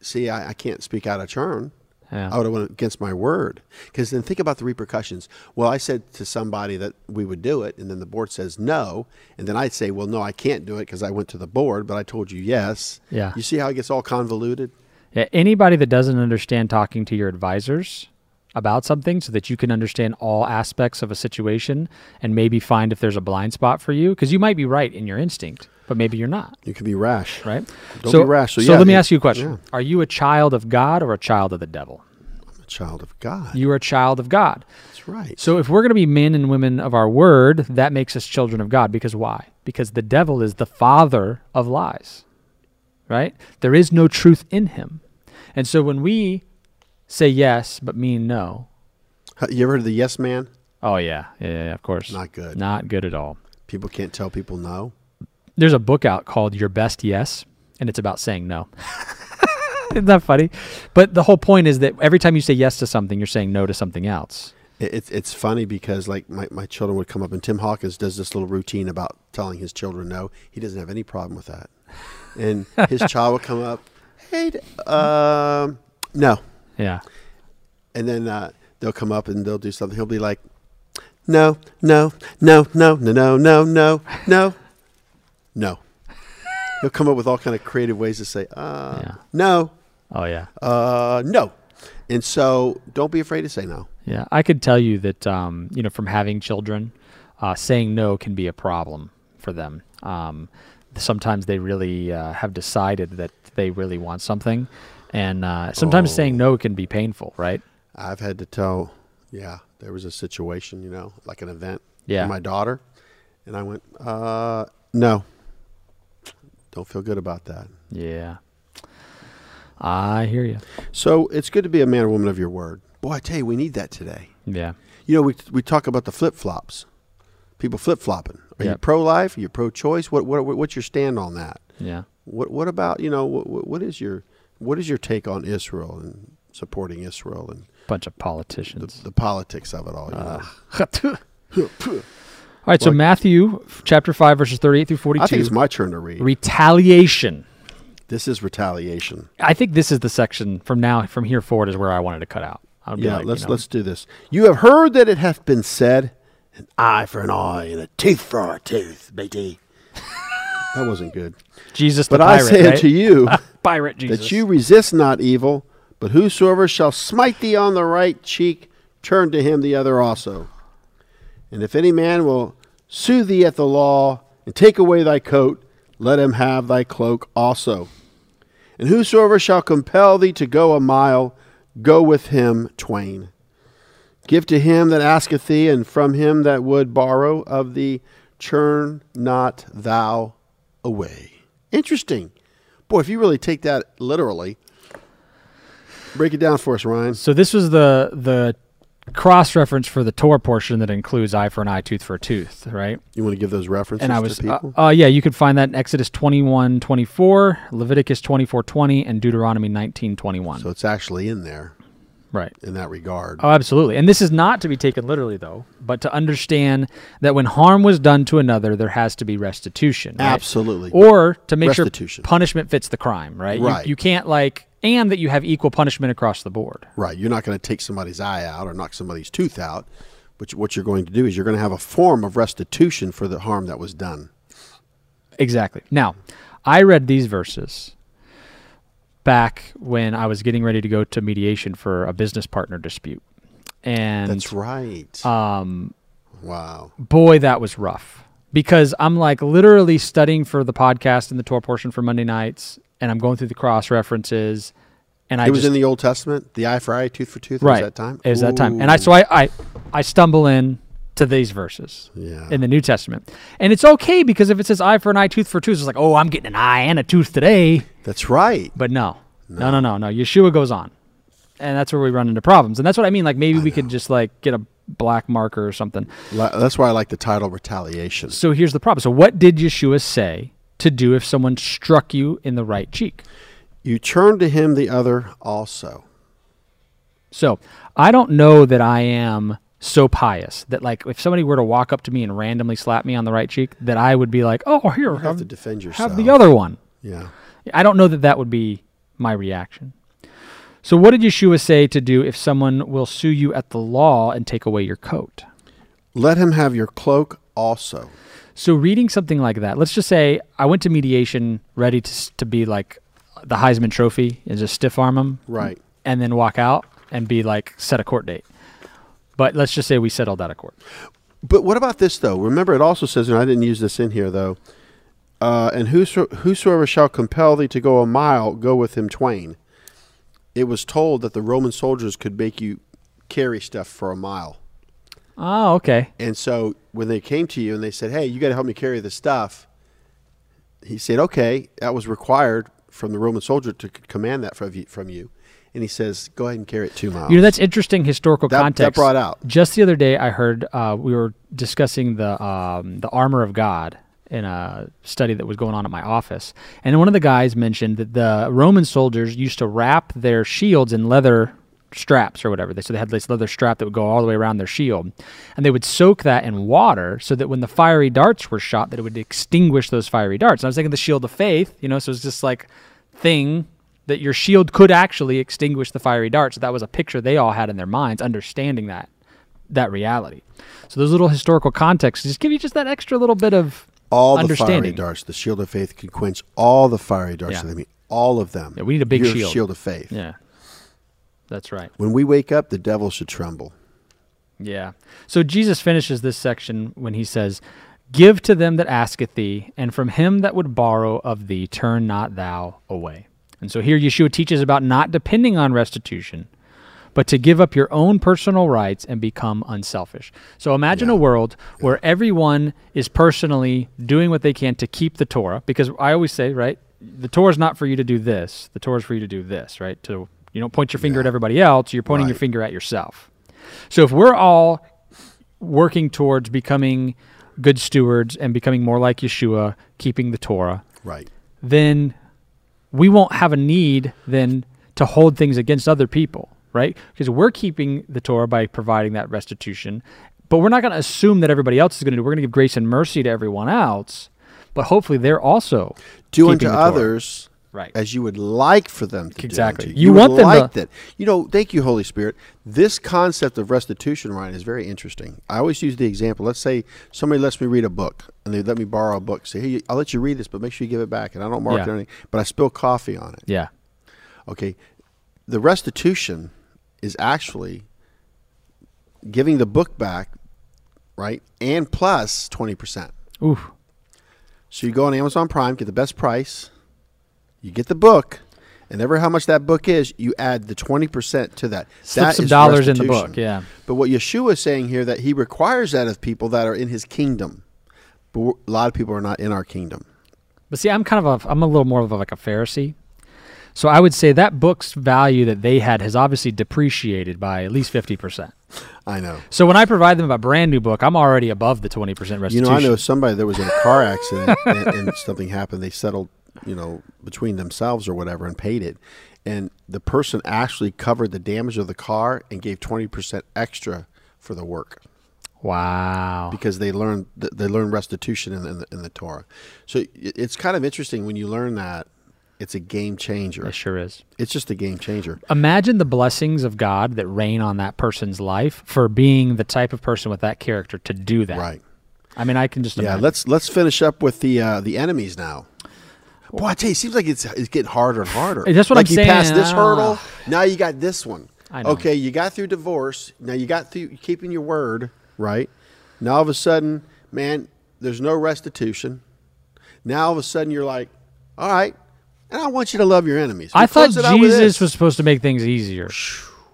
C: see, I, I can't speak out of turn.
B: Yeah.
C: I would have went against my word. Because then think about the repercussions. Well, I said to somebody that we would do it, and then the board says no. And then I'd say, well, no, I can't do it because I went to the board, but I told you yes.
B: Yeah.
C: You see how it gets all convoluted?
B: Yeah, anybody that doesn't understand talking to your advisors about something so that you can understand all aspects of a situation and maybe find if there's a blind spot for you because you might be right in your instinct, but maybe you're not,
C: You could be rash.
B: right?
C: Don't be rash. So,
B: So,
C: yeah,
B: let me
C: it-
B: ask you a question.
C: yeah.
B: Are you a child of God or a child of the devil?
C: I'm a child of God.
B: You are a child of God.
C: That's right.
B: So if we're going to be men and women of our word, that makes us children of God because why? Because the devil is the father of lies. Right? There is no truth in him. And so when we say yes but mean no.
C: Huh, You ever heard of the yes man?
B: Oh yeah. Yeah, yeah, yeah, of course.
C: Not good.
B: Not good at all.
C: People can't tell people no.
B: There's a book out called Your Best Yes and it's about saying no. Isn't that funny? But the whole point is that every time you say yes to something, you're saying no to something else.
C: It, it's it's funny because like my, my children would come up and Tim Hawkins does this little routine about telling his children no. He doesn't have any problem with that, and his child would come up, hey, d- um, no,
B: Yeah.
C: and then uh, they'll come up and they'll do something. He'll be like, no, no, no, no, no, no, no, no, no, no. He'll come up with all kind of creative ways to say, uh,
B: Yeah.
C: no,
B: Oh yeah.
C: uh, no. And so don't be afraid to say no.
B: Yeah, I could tell you that um, you know from having children, uh, saying no can be a problem for them. Um, sometimes they really uh, have decided that they really want something, and uh,
C: Oh.
B: sometimes saying no can be painful, right?
C: I've had to tell, yeah, there was a situation, you know, like an event
B: Yeah.
C: for my daughter. And I went, uh, no, don't feel good about that.
B: Yeah, I hear you.
C: So it's good to be a man or woman of your word. Boy, I tell you, we need that today.
B: Yeah,
C: You know, we, we talk about the flip flops, people flip flopping. Are you
B: Yep.
C: pro life? Are you pro choice? What, what, what's your stand on that?
B: Yeah.
C: What what about you know what what is your what is your take on Israel and supporting Israel and
B: Bunch of
C: the,
B: politicians.
C: the politics of it all? You
B: Uh, All
C: know?
B: right. So
C: Like-
B: Matthew f- chapter five verses thirty-eight through forty-two.
C: I think it's my turn to read.
B: retaliation.
C: This is retaliation.
B: I think this is the section from now from here forward is where I wanted to cut out. I'd be
C: Yeah,
B: like, you
C: let's
B: know,
C: let's do this. You have heard that it hath been said, an eye for an eye and a tooth for a tooth, BT. that wasn't good.
B: Jesus.
C: But
B: the
C: I
B: pirate,
C: say
B: right?
C: unto you
B: pirate Jesus.
C: that you resist not evil, but whosoever shall smite thee on the right cheek, turn to him the other also. And if any man will sue thee at the law and take away thy coat, let him have thy cloak also. And whosoever shall compel thee to go a mile, go with him twain. Give to him that asketh thee, and from him that would borrow of thee, churn not thou away. Interesting. Boy, if you really take that literally, break it down for us, Ryan.
B: So this was the the cross reference for the Torah portion that includes eye for an eye, tooth for a tooth, right?
C: You want to give those references
B: And I was
C: to people?
B: uh, uh, yeah, you could find that in Exodus 21, 24, Leviticus 24, 20, and Deuteronomy 19, 21.
C: so it's actually in there
B: right.
C: in that regard.
B: Oh, absolutely. And this is not to be taken literally though, but to understand that when harm was done to another, there has to be restitution. right?
C: Absolutely.
B: Or to make sure
C: Restitution.
B: punishment fits the crime, right? You-
C: Right.
B: you can't like and that you have equal punishment across the board.
C: Right. You're not going to take somebody's eye out or knock somebody's tooth out. But what you're going to do is you're going to have a form of restitution for the harm that was done.
B: Exactly. Now, I read these verses back when I was getting ready to go to mediation for a business partner dispute. And uh,
C: That's right. Um, wow.
B: boy, that was rough because I'm like literally studying for the podcast and the tour portion for Monday nights, and I'm going through the cross references. And I
C: it was
B: just,
C: in the Old Testament, the eye for eye, tooth for tooth.
B: right
C: It was that time.
B: It was that time, and I so I I, I stumble in to these verses
C: Yeah.
B: in the New Testament, and it's okay because if it says eye for an eye, tooth for a tooth, it's like oh, I'm getting an eye and a tooth today.
C: That's right.
B: But no. No, no, no, no. Yeshua goes on. And that's where we run into problems. And that's what I mean. Like maybe we could just like get a black marker or something.
C: Li- That's why I like the title retaliation.
B: So here's the problem. So what did Yeshua say to do if someone struck you in the right cheek?
C: You turn to him the other also.
B: So I don't know that I am so pious that like if somebody were to walk up to me and randomly slap me on the right cheek, that I would be like, oh, here,
C: You have
B: have,
C: to defend yourself.
B: have the other one.
C: Yeah.
B: I don't know that that would be my reaction. So what did Yeshua say to do if someone will sue you at the law and take away your coat?
C: Let him have your cloak also.
B: So reading something like that, let's just say I went to mediation ready to s- to be like the Heisman Trophy and just stiff arm them,
C: Right.
B: And then walk out and be like set a court date. But let's just say we settled out of court.
C: But what about this though? Remember, it also says, and I didn't use this in here though. Uh, and whoso, whosoever shall compel thee to go a mile, go with him twain. It was told that the Roman soldiers could make you carry stuff for a mile.
B: Oh, okay.
C: And so when they came to you and they said, "Hey, you got to help me carry this stuff," he said, "Okay, that was required from the Roman soldier to c- command that from you." From you. And he says, "Go ahead and carry it two miles."
B: You know that's interesting historical
C: That- that
B: context.
C: brought out.
B: Just the other day, I heard uh, we were discussing the um, the armor of God in a study that was going on at my office, and one of the guys mentioned that the Roman soldiers used to wrap their shields in leather straps or whatever. They so they had this leather strap that would go all the way around their shield, and they would soak that in water so that when the fiery darts were shot, that it would extinguish those fiery darts. And I was thinking the shield of faith, you know, so it's just like thing that your shield could actually extinguish the fiery darts. That was a picture they all had in their minds, understanding that that reality. So those little historical contexts just give you just that extra little bit of
C: all the fiery
B: understanding.
C: darts. The shield of faith can quench all the fiery darts
B: Yeah.
C: of the enemy. All of them.
B: Yeah, we need a big
C: Your
B: shield.
C: shield of faith.
B: Yeah, that's right.
C: When we wake up, the devil should tremble.
B: Yeah. So Jesus finishes this section when he says, "Give to them that asketh thee, and from him that would borrow of thee, turn not thou away." And so here Yeshua teaches about not depending on restitution, but to give up your own personal rights and become unselfish. So imagine a world where everyone is personally doing what they can to keep the Torah, because I always say, right, the Torah is not for you to do this. The Torah is for you to do this, right? To you don't point your finger at everybody else. You're pointing your
C: Right.
B: finger at yourself. So if we're all working towards becoming good stewards and becoming more like Yeshua, keeping the Torah,
C: Right.
B: then we won't have a need then to hold things against other people, right? Because we're keeping the Torah by providing that restitution, but we're not going to assume that everybody else is going to do. We're going to give grace and mercy to everyone else, but hopefully they're also
C: do unto
B: keeping the Torah.
C: others
B: Right.
C: as you would like for them to
B: Exactly.
C: do unto
B: You
C: would
B: want them
C: like
B: to-
C: that. You know, thank you, Holy Spirit. This concept of restitution, Ryan, is very interesting. I always use the example. Let's say somebody lets me read a book, and they let me borrow a book. Say, hey, I'll let you read this, but make sure you give it back, and I don't mark
B: Yeah.
C: it or anything. But I spill coffee on it.
B: Yeah.
C: Okay, the restitution is actually giving the book back, right, and plus twenty percent.
B: Ooh.
C: So you go on Amazon Prime, get the best price, you get the book, and ever how much that book is, you add the twenty percent to that.
B: Slip
C: That
B: some
C: is
B: dollars in the
C: restitution.
B: book, yeah.
C: But what Yeshua is saying here that he requires that of people that are in his kingdom. But we're- a lot of people are not in our kingdom.
B: But see, I'm kind of a, I'm a little more of a, like a Pharisee. So I would say that book's value that they had has obviously depreciated by at least 50%.
C: I know.
B: So when I provide them a brand new book, I'm already above the 20% restitution.
C: You know, I know somebody that was in a car accident and, and something happened. They settled, you know, between themselves or whatever and paid it. And the person actually covered the damage of the car and gave twenty percent extra for the work.
B: Wow.
C: because they learn th- they learn restitution in, in, the, in the Torah. So i- it's kind of interesting when you learn that it's a game changer.
B: It sure is.
C: It's just a game changer.
B: Imagine the blessings of God that rain on that person's life for being the type of person with that character to do that.
C: Right.
B: I mean, I can just
C: Yeah.
B: imagine.
C: Let's let's finish up with the uh, the enemies now. Boy, I tell you, it seems like it's it's getting harder and harder.
B: Hey, that's what
C: like
B: I'm
C: you
B: saying,
C: passed this
B: I don't
C: hurdle,
B: know.
C: now you got this one.
B: I know.
C: Okay, you got through divorce. Now you got through keeping your word, right? Now all of a sudden, man, there's no restitution. Now all of a sudden you're like, all right, and I want you to love your enemies. We
B: I thought
C: closed it out with
B: Jesus
C: this.
B: was supposed to make things easier.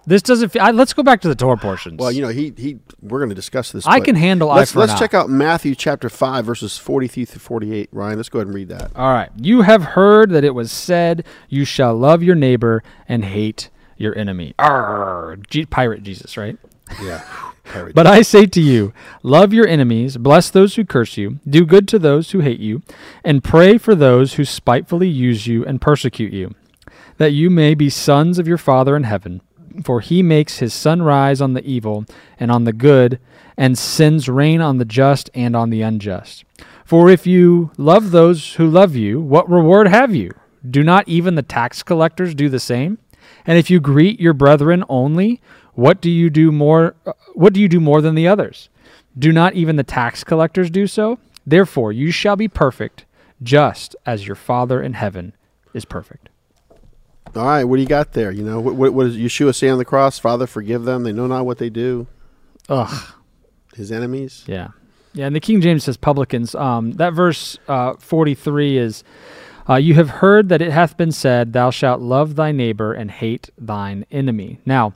B: This doesn't feel. I, let's go back to the Torah portions.
C: Well, you know, he he. We're going to discuss this.
B: I
C: but
B: can handle eye
C: Let's
B: for an
C: let's
B: eye.
C: check out Matthew chapter five, verses forty-three through forty-eight. Ryan, let's go ahead and read that.
B: All right. You have heard that it was said, "You shall love your neighbor and hate your enemy." Arr, Je- pirate Jesus, right?
C: Yeah. Harry.
B: But I say to you, love your enemies, bless those who curse you, do good to those who hate you, and pray for those who spitefully use you and persecute you, that you may be sons of your Father in heaven. For he makes his sun rise on the evil and on the good, and sends rain on the just and on the unjust. For if you love those who love you, what reward have you? Do not even the tax collectors do the same? And if you greet your brethren only, what do you do more uh, what do you do more than the others? Do not even the tax collectors do so? Therefore you shall be perfect, just as your Father in heaven is perfect.
C: All right, what do you got there? You know, what, what, what does Yeshua say on the cross? Father, forgive them; they know not what they do.
B: Ugh.
C: His enemies.
B: Yeah. Yeah, and the King James says publicans. Um, that verse uh, 43 is, uh, You have heard that it hath been said, Thou shalt love thy neighbor and hate thine enemy. Now,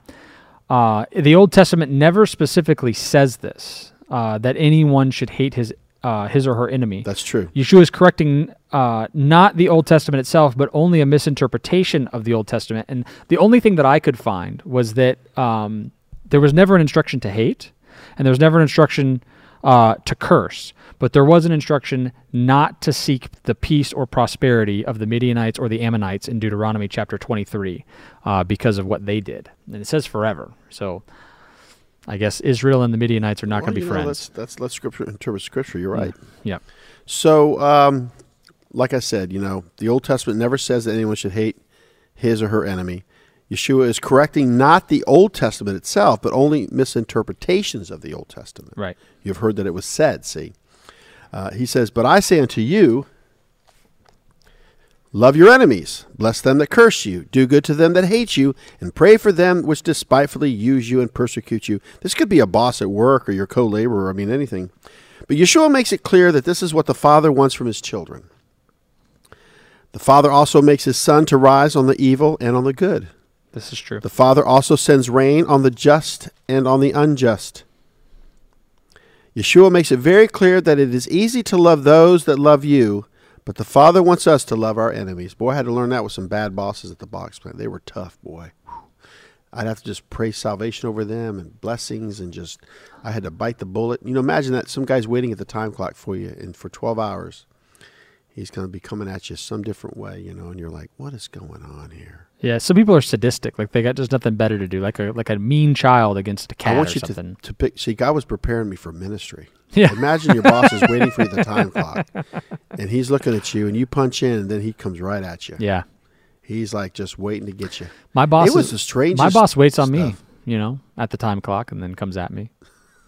B: uh, the Old Testament never specifically says this, uh, that anyone should hate his, uh, his or her enemy.
C: That's true.
B: Yeshua is correcting uh, not the Old Testament itself, but only a misinterpretation of the Old Testament. And the only thing that I could find was that um, there was never an instruction to hate, and there was never an instruction uh, to curse, but there was an instruction not to seek the peace or prosperity of the Midianites or the Ammonites in Deuteronomy chapter 23 uh, because of what they did. And it says forever. So I guess Israel and the Midianites are not
C: Well,
B: going to be
C: you know,
B: friends. Mm.
C: That's that's let's scripture interpret scripture. You're right.
B: Yeah.
C: So, um, like I said, you know, the Old Testament never says that anyone should hate his or her enemy. Yeshua is correcting not the Old Testament itself, but only misinterpretations of the Old Testament.
B: Right.
C: You've heard that it was said, see. Uh, he says, But I say unto you, love your enemies, bless them that curse you, do good to them that hate you, and pray for them which despitefully use you and persecute you. This could be a boss at work or your co laborer, I mean, anything. But Yeshua makes it clear that this is what the Father wants from his children. The Father also makes his Son to rise on the evil and on the good.
B: This is true.
C: The Father also sends rain on the just and on the unjust. Yeshua makes it very clear that it is easy to love those that love you, but the Father wants us to love our enemies. Boy, I had to learn that with some bad bosses at the box plant. They were tough, boy. Whew. I'd have to just pray salvation over them and blessings, and just I had to bite the bullet. You know, imagine that some guy's waiting at the time clock for you, and for 12 hours, He's going to be coming at you some different way, you know, and you're like, what is going on here?
B: Yeah, some people are sadistic. Like they got just nothing better to do. Like a like a mean child against a cat
C: I want
B: or
C: you to,
B: something.
C: to pick. See, God was preparing me for ministry.
B: Yeah.
C: Imagine your boss is waiting for you at the time clock, and he's looking at you, and you punch in, and then he comes right at you.
B: yeah,
C: He's like just waiting to get you.
B: my boss.
C: it was
B: is-
C: the strangest.
B: My boss waits on me.
C: stuff.
B: You know, at the time clock, and then comes at me.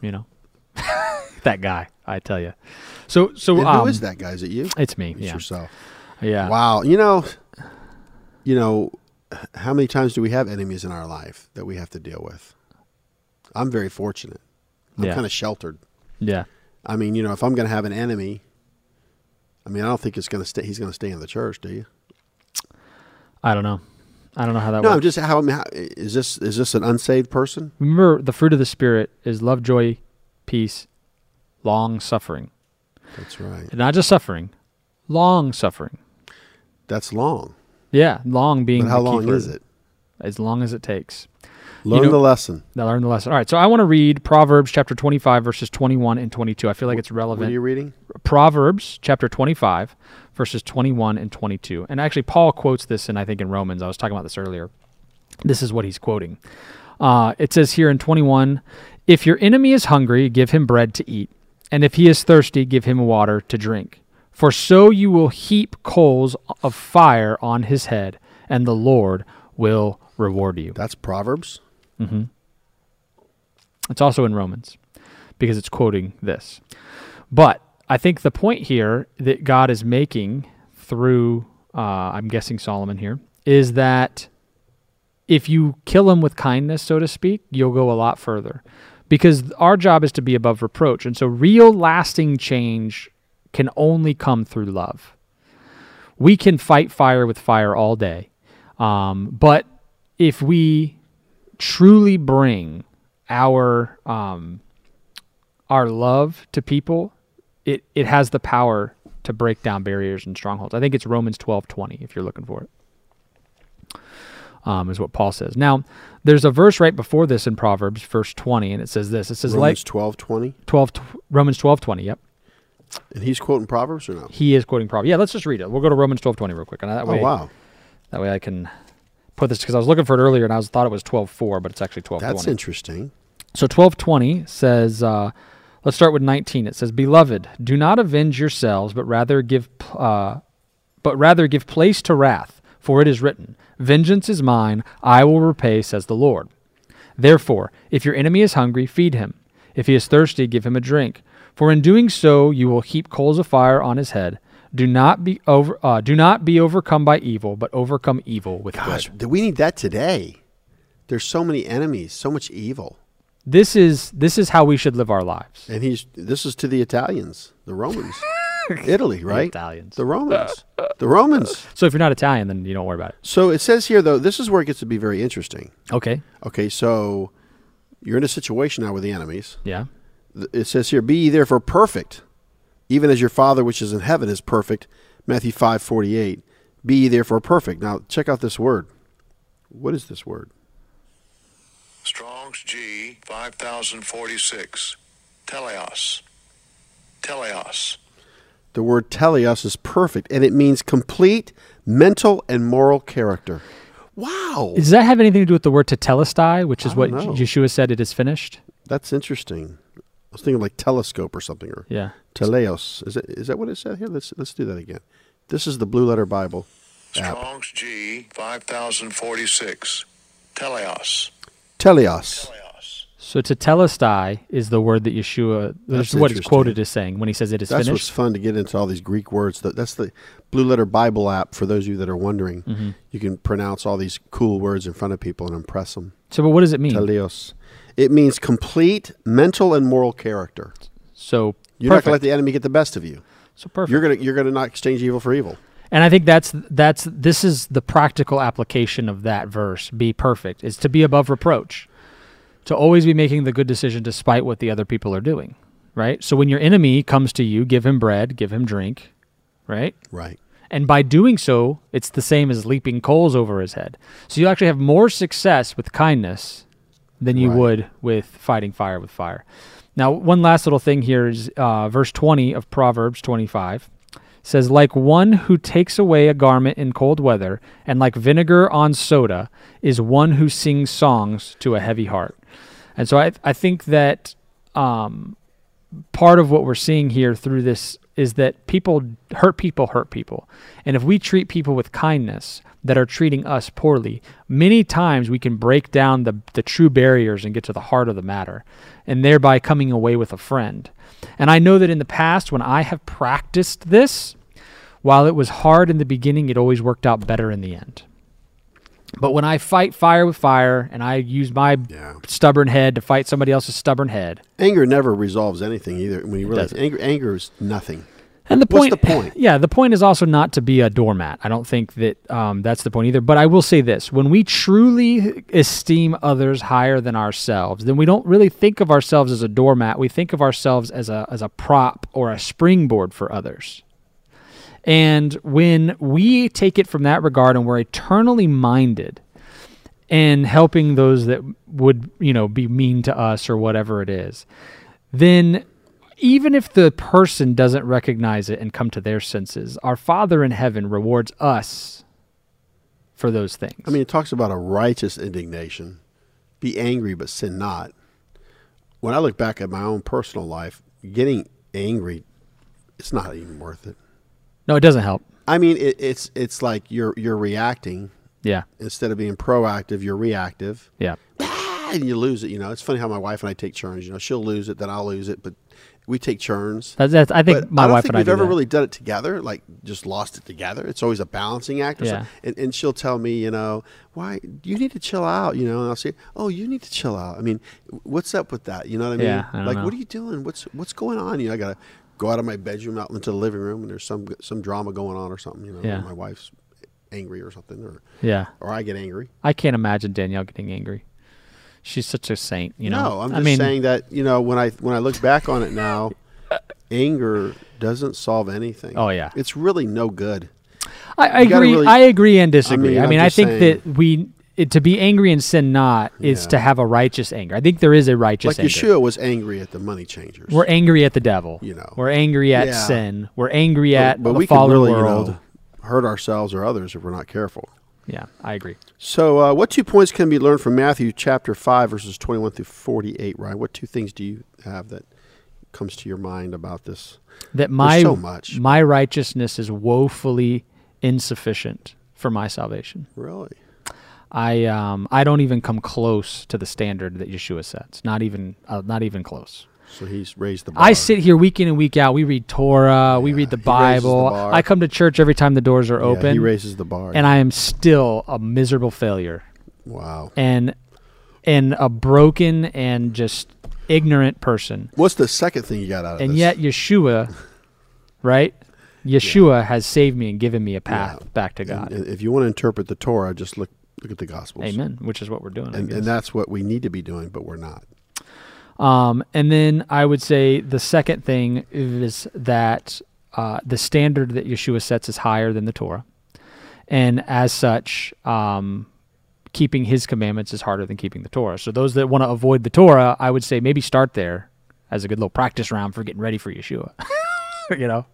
B: You know, that guy. I tell you. So so
C: And
B: um,
C: who is that guy? Is it you?
B: It's me.
C: It's
B: yeah.
C: yourself.
B: Yeah.
C: Wow. You know, you know, how many times do we have enemies in our life that we have to deal with? I'm very fortunate. I'm
B: Yeah.
C: kind of sheltered.
B: Yeah.
C: I mean, you know, if I'm going to have an enemy, I mean, I don't think it's going to stay. He's going to stay in the church, do you?
B: I don't know. I don't know how that
C: No, I'm
B: works.
C: just how, I mean, how is this? Is this an unsaved person?
B: Remember, the fruit of the spirit is love, joy, peace, long suffering,
C: That's right.
B: and not just suffering, long suffering.
C: That's long.
B: Yeah, long being.
C: But how
B: the key
C: long
B: word.
C: is it?
B: As long as it takes.
C: Learn
B: know-
C: the lesson.
B: Now learn the lesson. All right, so I want to read Proverbs chapter 25, verses 21 and 22. I feel like it's
C: What
B: relevant.
C: are you reading?
B: Proverbs chapter 25, verses 21 and 22. And actually, Paul quotes this, in I think in Romans. I was talking about this earlier. This is what he's quoting. Uh, it says here in 21 If your enemy is hungry, give him bread to eat. And if he is thirsty, give him water to drink. For so you will heap coals of fire on his head, and the Lord will reward you.
C: That's Proverbs.
B: It's also in Romans because it's quoting this. But I think the point here that God is making through, uh, I'm guessing Solomon here, is that if you kill him with kindness, so to speak, you'll go a lot further because our job is to be above reproach. And so real lasting change can only come through love. We can fight fire with fire all day. Um, but if we truly bring our um, our love to people, it it has the power to break down barriers and strongholds. I think it's Romans twelve twenty if you're looking for it. Um, is what Paul says. Now, there's a verse right before this in Proverbs, verse 20, and it says this. It says
C: Romans
B: like
C: twelve twenty.
B: 12 tw- Romans 12:20. Yep.
C: And he's quoting Proverbs or no?
B: He is quoting Proverbs. Yeah, let's just read it. We'll go to Romans 12:20 real quick. And that
C: Oh
B: way
C: wow,
B: that way I can put this cuz I was looking for it earlier and I was thought it was 12:4, but it's actually 12:20.
C: that's interesting.
B: So 1220 says, uh, let's start with 19. It says, Beloved, do not avenge yourselves, but rather give, p- uh, but rather give place to wrath, for it is written, Vengeance is mine, I will repay, says the Lord. Therefore, if your enemy is hungry, feed him. If he is thirsty, give him a drink. For in doing so, you will heap coals of fire on his head. Do not be over, uh, do not be overcome by evil, but overcome evil with
C: Gosh,
B: good.
C: do we need that today? There's so many enemies, so much evil,
B: This is this is how we should live our lives.
C: and he's this is to the Italians, the Romans, Italy, right?
B: Italians.
C: the Romans, the Romans.
B: So if you're not Italian, then you don't worry about it.
C: So it says here though, this is where it gets to be very interesting.
B: Okay.
C: Okay, so you're in a situation now with the enemies.
B: Yeah.
C: Th- It says here, "Be ye therefore perfect, even as your Father which is in heaven is perfect." Matthew five forty eight. Be ye therefore perfect. Now check out this word. What is this word?
D: Strong's G 5046. Teleos. Teleos.
C: The word teleos is perfect, and it means complete mental and moral character. Wow.
B: Does that have anything to do with the word tetelestai, which is
C: I don't
B: what
C: know.
B: Yeshua said it is finished?
C: That's interesting. I was thinking like telescope or something, or
B: Yeah.
C: teleos. Is, it, is that what it said here? Let's, let's do that again. This is the Blue Letter Bible app.
D: Strong's G 5046. Teleos.
C: Teleos.
D: Teleos.
B: So tetelestai is the word that Yeshua,
C: That's
B: that's what it's
C: interesting.
B: quoted as saying when he says it is
C: That's what's
B: finished.
C: fun to get into all these Greek words. Th- That's the Blue Letter Bible app for those of you that are wondering.
B: Mm-hmm.
C: You can pronounce all these cool words in front of people and impress them.
B: So, but what does it mean?
C: Teleos. It means complete mental and moral character.
B: so perfect.
C: You're not going to let the enemy get the best of you.
B: so perfect.
C: You're gonna you're gonna not exchange evil for evil.
B: and I think that's that's this is the practical application of that verse. Be perfect is to be above reproach, to always be making the good decision despite what the other people are doing. Right. So when your enemy comes to you, give him bread, give him drink. Right.
C: Right.
B: And by doing so, it's the same as leaping coals over his head. So you actually have more success with kindness than you
C: Right.
B: would with fighting fire with fire. Now, one last little thing here is uh, verse 20 of Proverbs 25 says like one who takes away a garment in cold weather and like vinegar on soda is one who sings songs to a heavy heart and so i i think that um part of what we're seeing here through this is that people hurt people hurt people and if we treat people with kindness that are treating us poorly many times we can break down the, the true barriers and get to the heart of the matter and thereby coming away with a friend and i know that in the past when i have practiced this while it was hard in the beginning it always worked out better in the end but when i fight fire with fire and i use my
C: Yeah.
B: stubborn head to fight somebody else's stubborn head
C: Anger never resolves anything either. When you realize anger, anger is nothing.
B: And the
C: What's
B: point,
C: the point?
B: Yeah, the point is also not to be a doormat. I don't think that um, that's the point either. But I will say this: when we truly esteem others higher than ourselves, then we don't really think of ourselves as a doormat. We think of ourselves as a as a prop or a springboard for others. And when we take it from that regard, and we're eternally minded, and helping those that would you know be mean to us or whatever it is then even if the person doesn't recognize it and come to their senses our father in heaven rewards us for those things
C: I mean, it talks about a righteous indignation. Be angry, but sin not. When I look back at my own personal life, getting angry, it's not even worth it.
B: no it doesn't help
C: I mean, it, it's it's like you're you're reacting
B: yeah
C: instead of being proactive. You're reactive,
B: yeah
C: and you lose it. You know, it's funny how my wife and I take turns. You know, she'll lose it, then I'll lose it, but we take turns.
B: that's, that's, i think
C: but
B: my
C: I don't
B: wife
C: think
B: and i
C: we've
B: do
C: ever
B: that.
C: really done it together, like just lost it together. It's always a balancing act. Or
B: Yeah.
C: something. And, and she'll tell me, you know, why you need to chill out, you know, and I'll say, oh, you need to chill out. I mean, what's up with that? You know what I mean?
B: Yeah, I don't
C: like,
B: know.
C: what are you doing? What's what's going on? You know, I gotta go out of my bedroom out into the living room, and there's some some drama going on or something. You know,
B: Yeah.
C: my wife's angry or something, or
B: yeah
C: or I get angry.
B: i can't imagine danielle getting angry she's such a saint you know
C: no, I'm
B: I
C: just
B: mean,
C: saying that you know when I when I look back on it now, anger doesn't solve anything.
B: Oh, yeah.
C: it's really no good.
B: I, I
C: You gotta
B: agree.
C: really-
B: I agree and disagree.
C: mean,
B: I mean, I,
C: I'm just
B: think
C: saying-
B: that we it, to be angry and sin not is
C: Yeah.
B: to have a righteous anger. I think there is a righteous
C: Like
B: anger.
C: Yeshua was angry at the money changers.
B: We're angry at the devil.
C: You know.
B: we're angry at
C: Yeah.
B: sin. We're angry at
C: but
B: the
C: we can
B: fallen
C: really you
B: world.
C: know, hurt ourselves or others if we're not careful.
B: Yeah, I agree.
C: So, uh, what two points can be learned from Matthew chapter five, verses twenty-one through forty-eight? Ryan, what two things do you have that comes to your mind about this?
B: That my
C: so much.
B: my righteousness is woefully insufficient for my salvation.
C: Really,
B: I um I don't even come close to the standard that Yeshua sets. Not even uh, not even close.
C: so he's raised the bar.
B: I sit here week in and week out. We read Torah. we read the
C: Uh-huh. he raises the
B: Bible.
C: bar.
B: I come to church every time the doors are
C: Yeah,
B: open,
C: he raises the bar.
B: and I am still a miserable failure
C: wow,
B: and and a broken and just ignorant person.
C: what's the second thing you got out of
B: And
C: this?
B: yet Yeshua, right? Yeshua has saved me and given me a path
C: Yeah.
B: back to God.
C: And if you want to interpret the Torah, just look look at the Gospels.
B: Amen. Which is what we're doing. I
C: And,
B: guess.
C: and that's what we need to be doing, but we're not.
B: Um, and then I would say the second thing is that uh, the standard that Yeshua sets is higher than the Torah, and as such, um, keeping His commandments is harder than keeping the Torah. So those that want to avoid the Torah, I would say maybe start there as a good little practice round for getting ready for Yeshua. you know,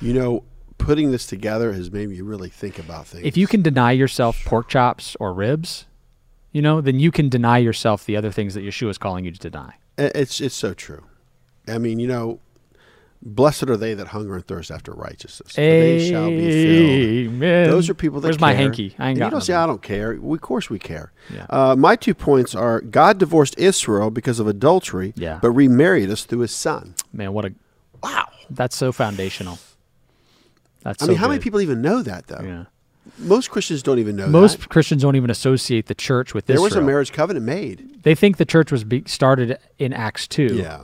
C: You know, putting this together has made me really think about things.
B: if you can deny yourself pork chops or ribs, you know, then you can deny yourself the other things that Yeshua is calling you to deny.
C: I- It's it's so true. I mean, you know, blessed are they that hunger and thirst after righteousness, for they shall be filled.
B: Amen.
C: Those are people that
B: Where's
C: care.
B: my hanky? I ain't
C: And
B: got
C: You don't
B: nothing.
C: say I don't care. We, of course we care.
B: Yeah.
C: Uh, my two points are: God divorced Israel because of adultery,
B: Yeah.
C: but remarried us through His Son.
B: Man, what a
C: Wow.
B: that's so foundational. That's
C: I
B: so
C: mean, how many
B: good.
C: people even know that though?
B: Yeah.
C: Most Christians don't even know
B: Most
C: that.
B: Christians don't even associate the church with
C: There
B: Israel.
C: was a marriage covenant made.
B: They think the church was be- started in Acts two.
C: Yeah,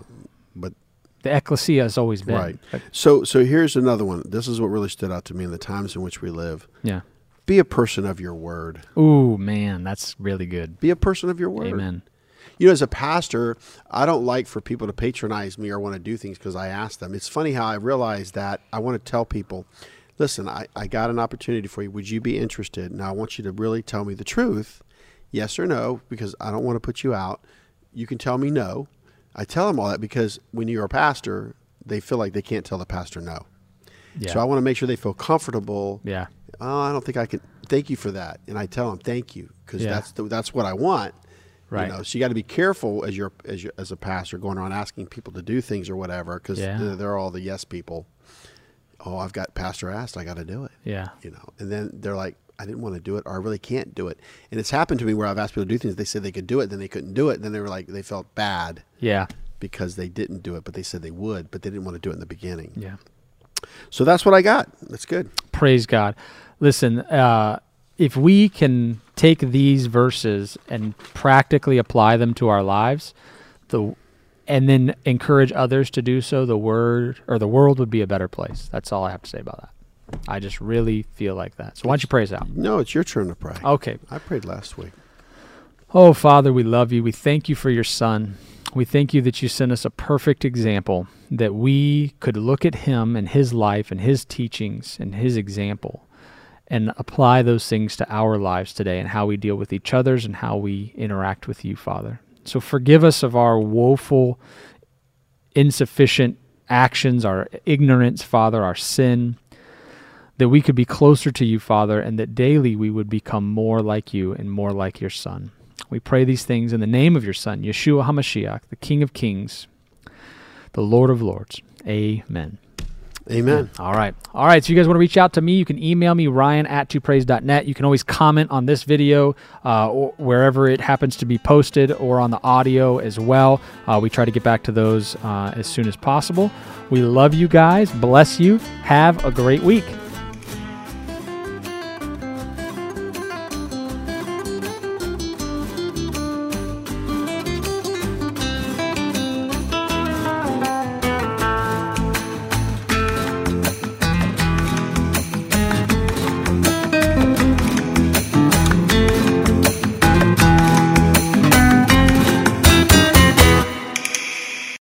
C: but
B: The ecclesia has always been
C: right. So so here's another one. This is what really stood out to me in the times in which we live.
B: Yeah.
C: Be a person of your word.
B: Ooh man, that's really good.
C: Be a person of your word.
B: Amen.
C: You know, as a pastor, I don't like for people to patronize me or want to do things because I ask them. It's funny how I realize that I want to tell people, listen, I, I got an opportunity for you. Would you be interested? Now, I want you to really tell me the truth, yes or no, because I don't want to put you out. You can tell me no. I tell them all that because when you're a pastor, they feel like they can't tell the pastor no.
B: Yeah.
C: So I want to make sure they feel comfortable.
B: Yeah.
C: Oh, I don't think I can. Thank you for that. And I tell them thank you because
B: Yeah.
C: that's the, that's what I want.
B: Right.
C: You know, so you got to be careful as you're as you, as a pastor going around asking people to do things or whatever because
B: Yeah.
C: they're, they're all the yes people. Oh, I've got pastor asked. I got to do it.
B: Yeah.
C: You know, and then they're like, I didn't want to do it, or I really can't do it. And it's happened to me where I've asked people to do things. They said they could do it, then they couldn't do it. Then they were like, they felt bad
B: Yeah.
C: because they didn't do it, but they said they would, but they didn't want to do it in the beginning.
B: Yeah.
C: So that's what I got. That's good.
B: Praise God. Listen, uh, if we can take these verses and practically apply them to our lives, the and then encourage others to do so, the word or the world would be a better place. That's all I have to say about that. I just really feel like that. So why don't you praise out?
C: No, it's your turn to pray.
B: Okay.
C: I prayed last week.
B: Oh, Father, we love you. We thank you for your son. We thank you that you sent us a perfect example that we could look at him and his life and his teachings and his example and apply those things to our lives today and how we deal with each other's and how we interact with you, Father. So forgive us of our woeful, insufficient actions, our ignorance, Father, our sin that we could be closer to you, Father, and that daily we would become more like you and more like your Son. We pray these things in the name of your Son, Yeshua HaMashiach, the King of Kings, the Lord of Lords. Amen.
C: Amen.
B: All right. All right. So you guys want to reach out to me, you can email me, ryan at twopraise.net. You can always comment on this video uh, or wherever it happens to be posted or on the audio as well. Uh, we try to get back to those uh, as soon as possible. We love you guys. Bless you. Have a great week.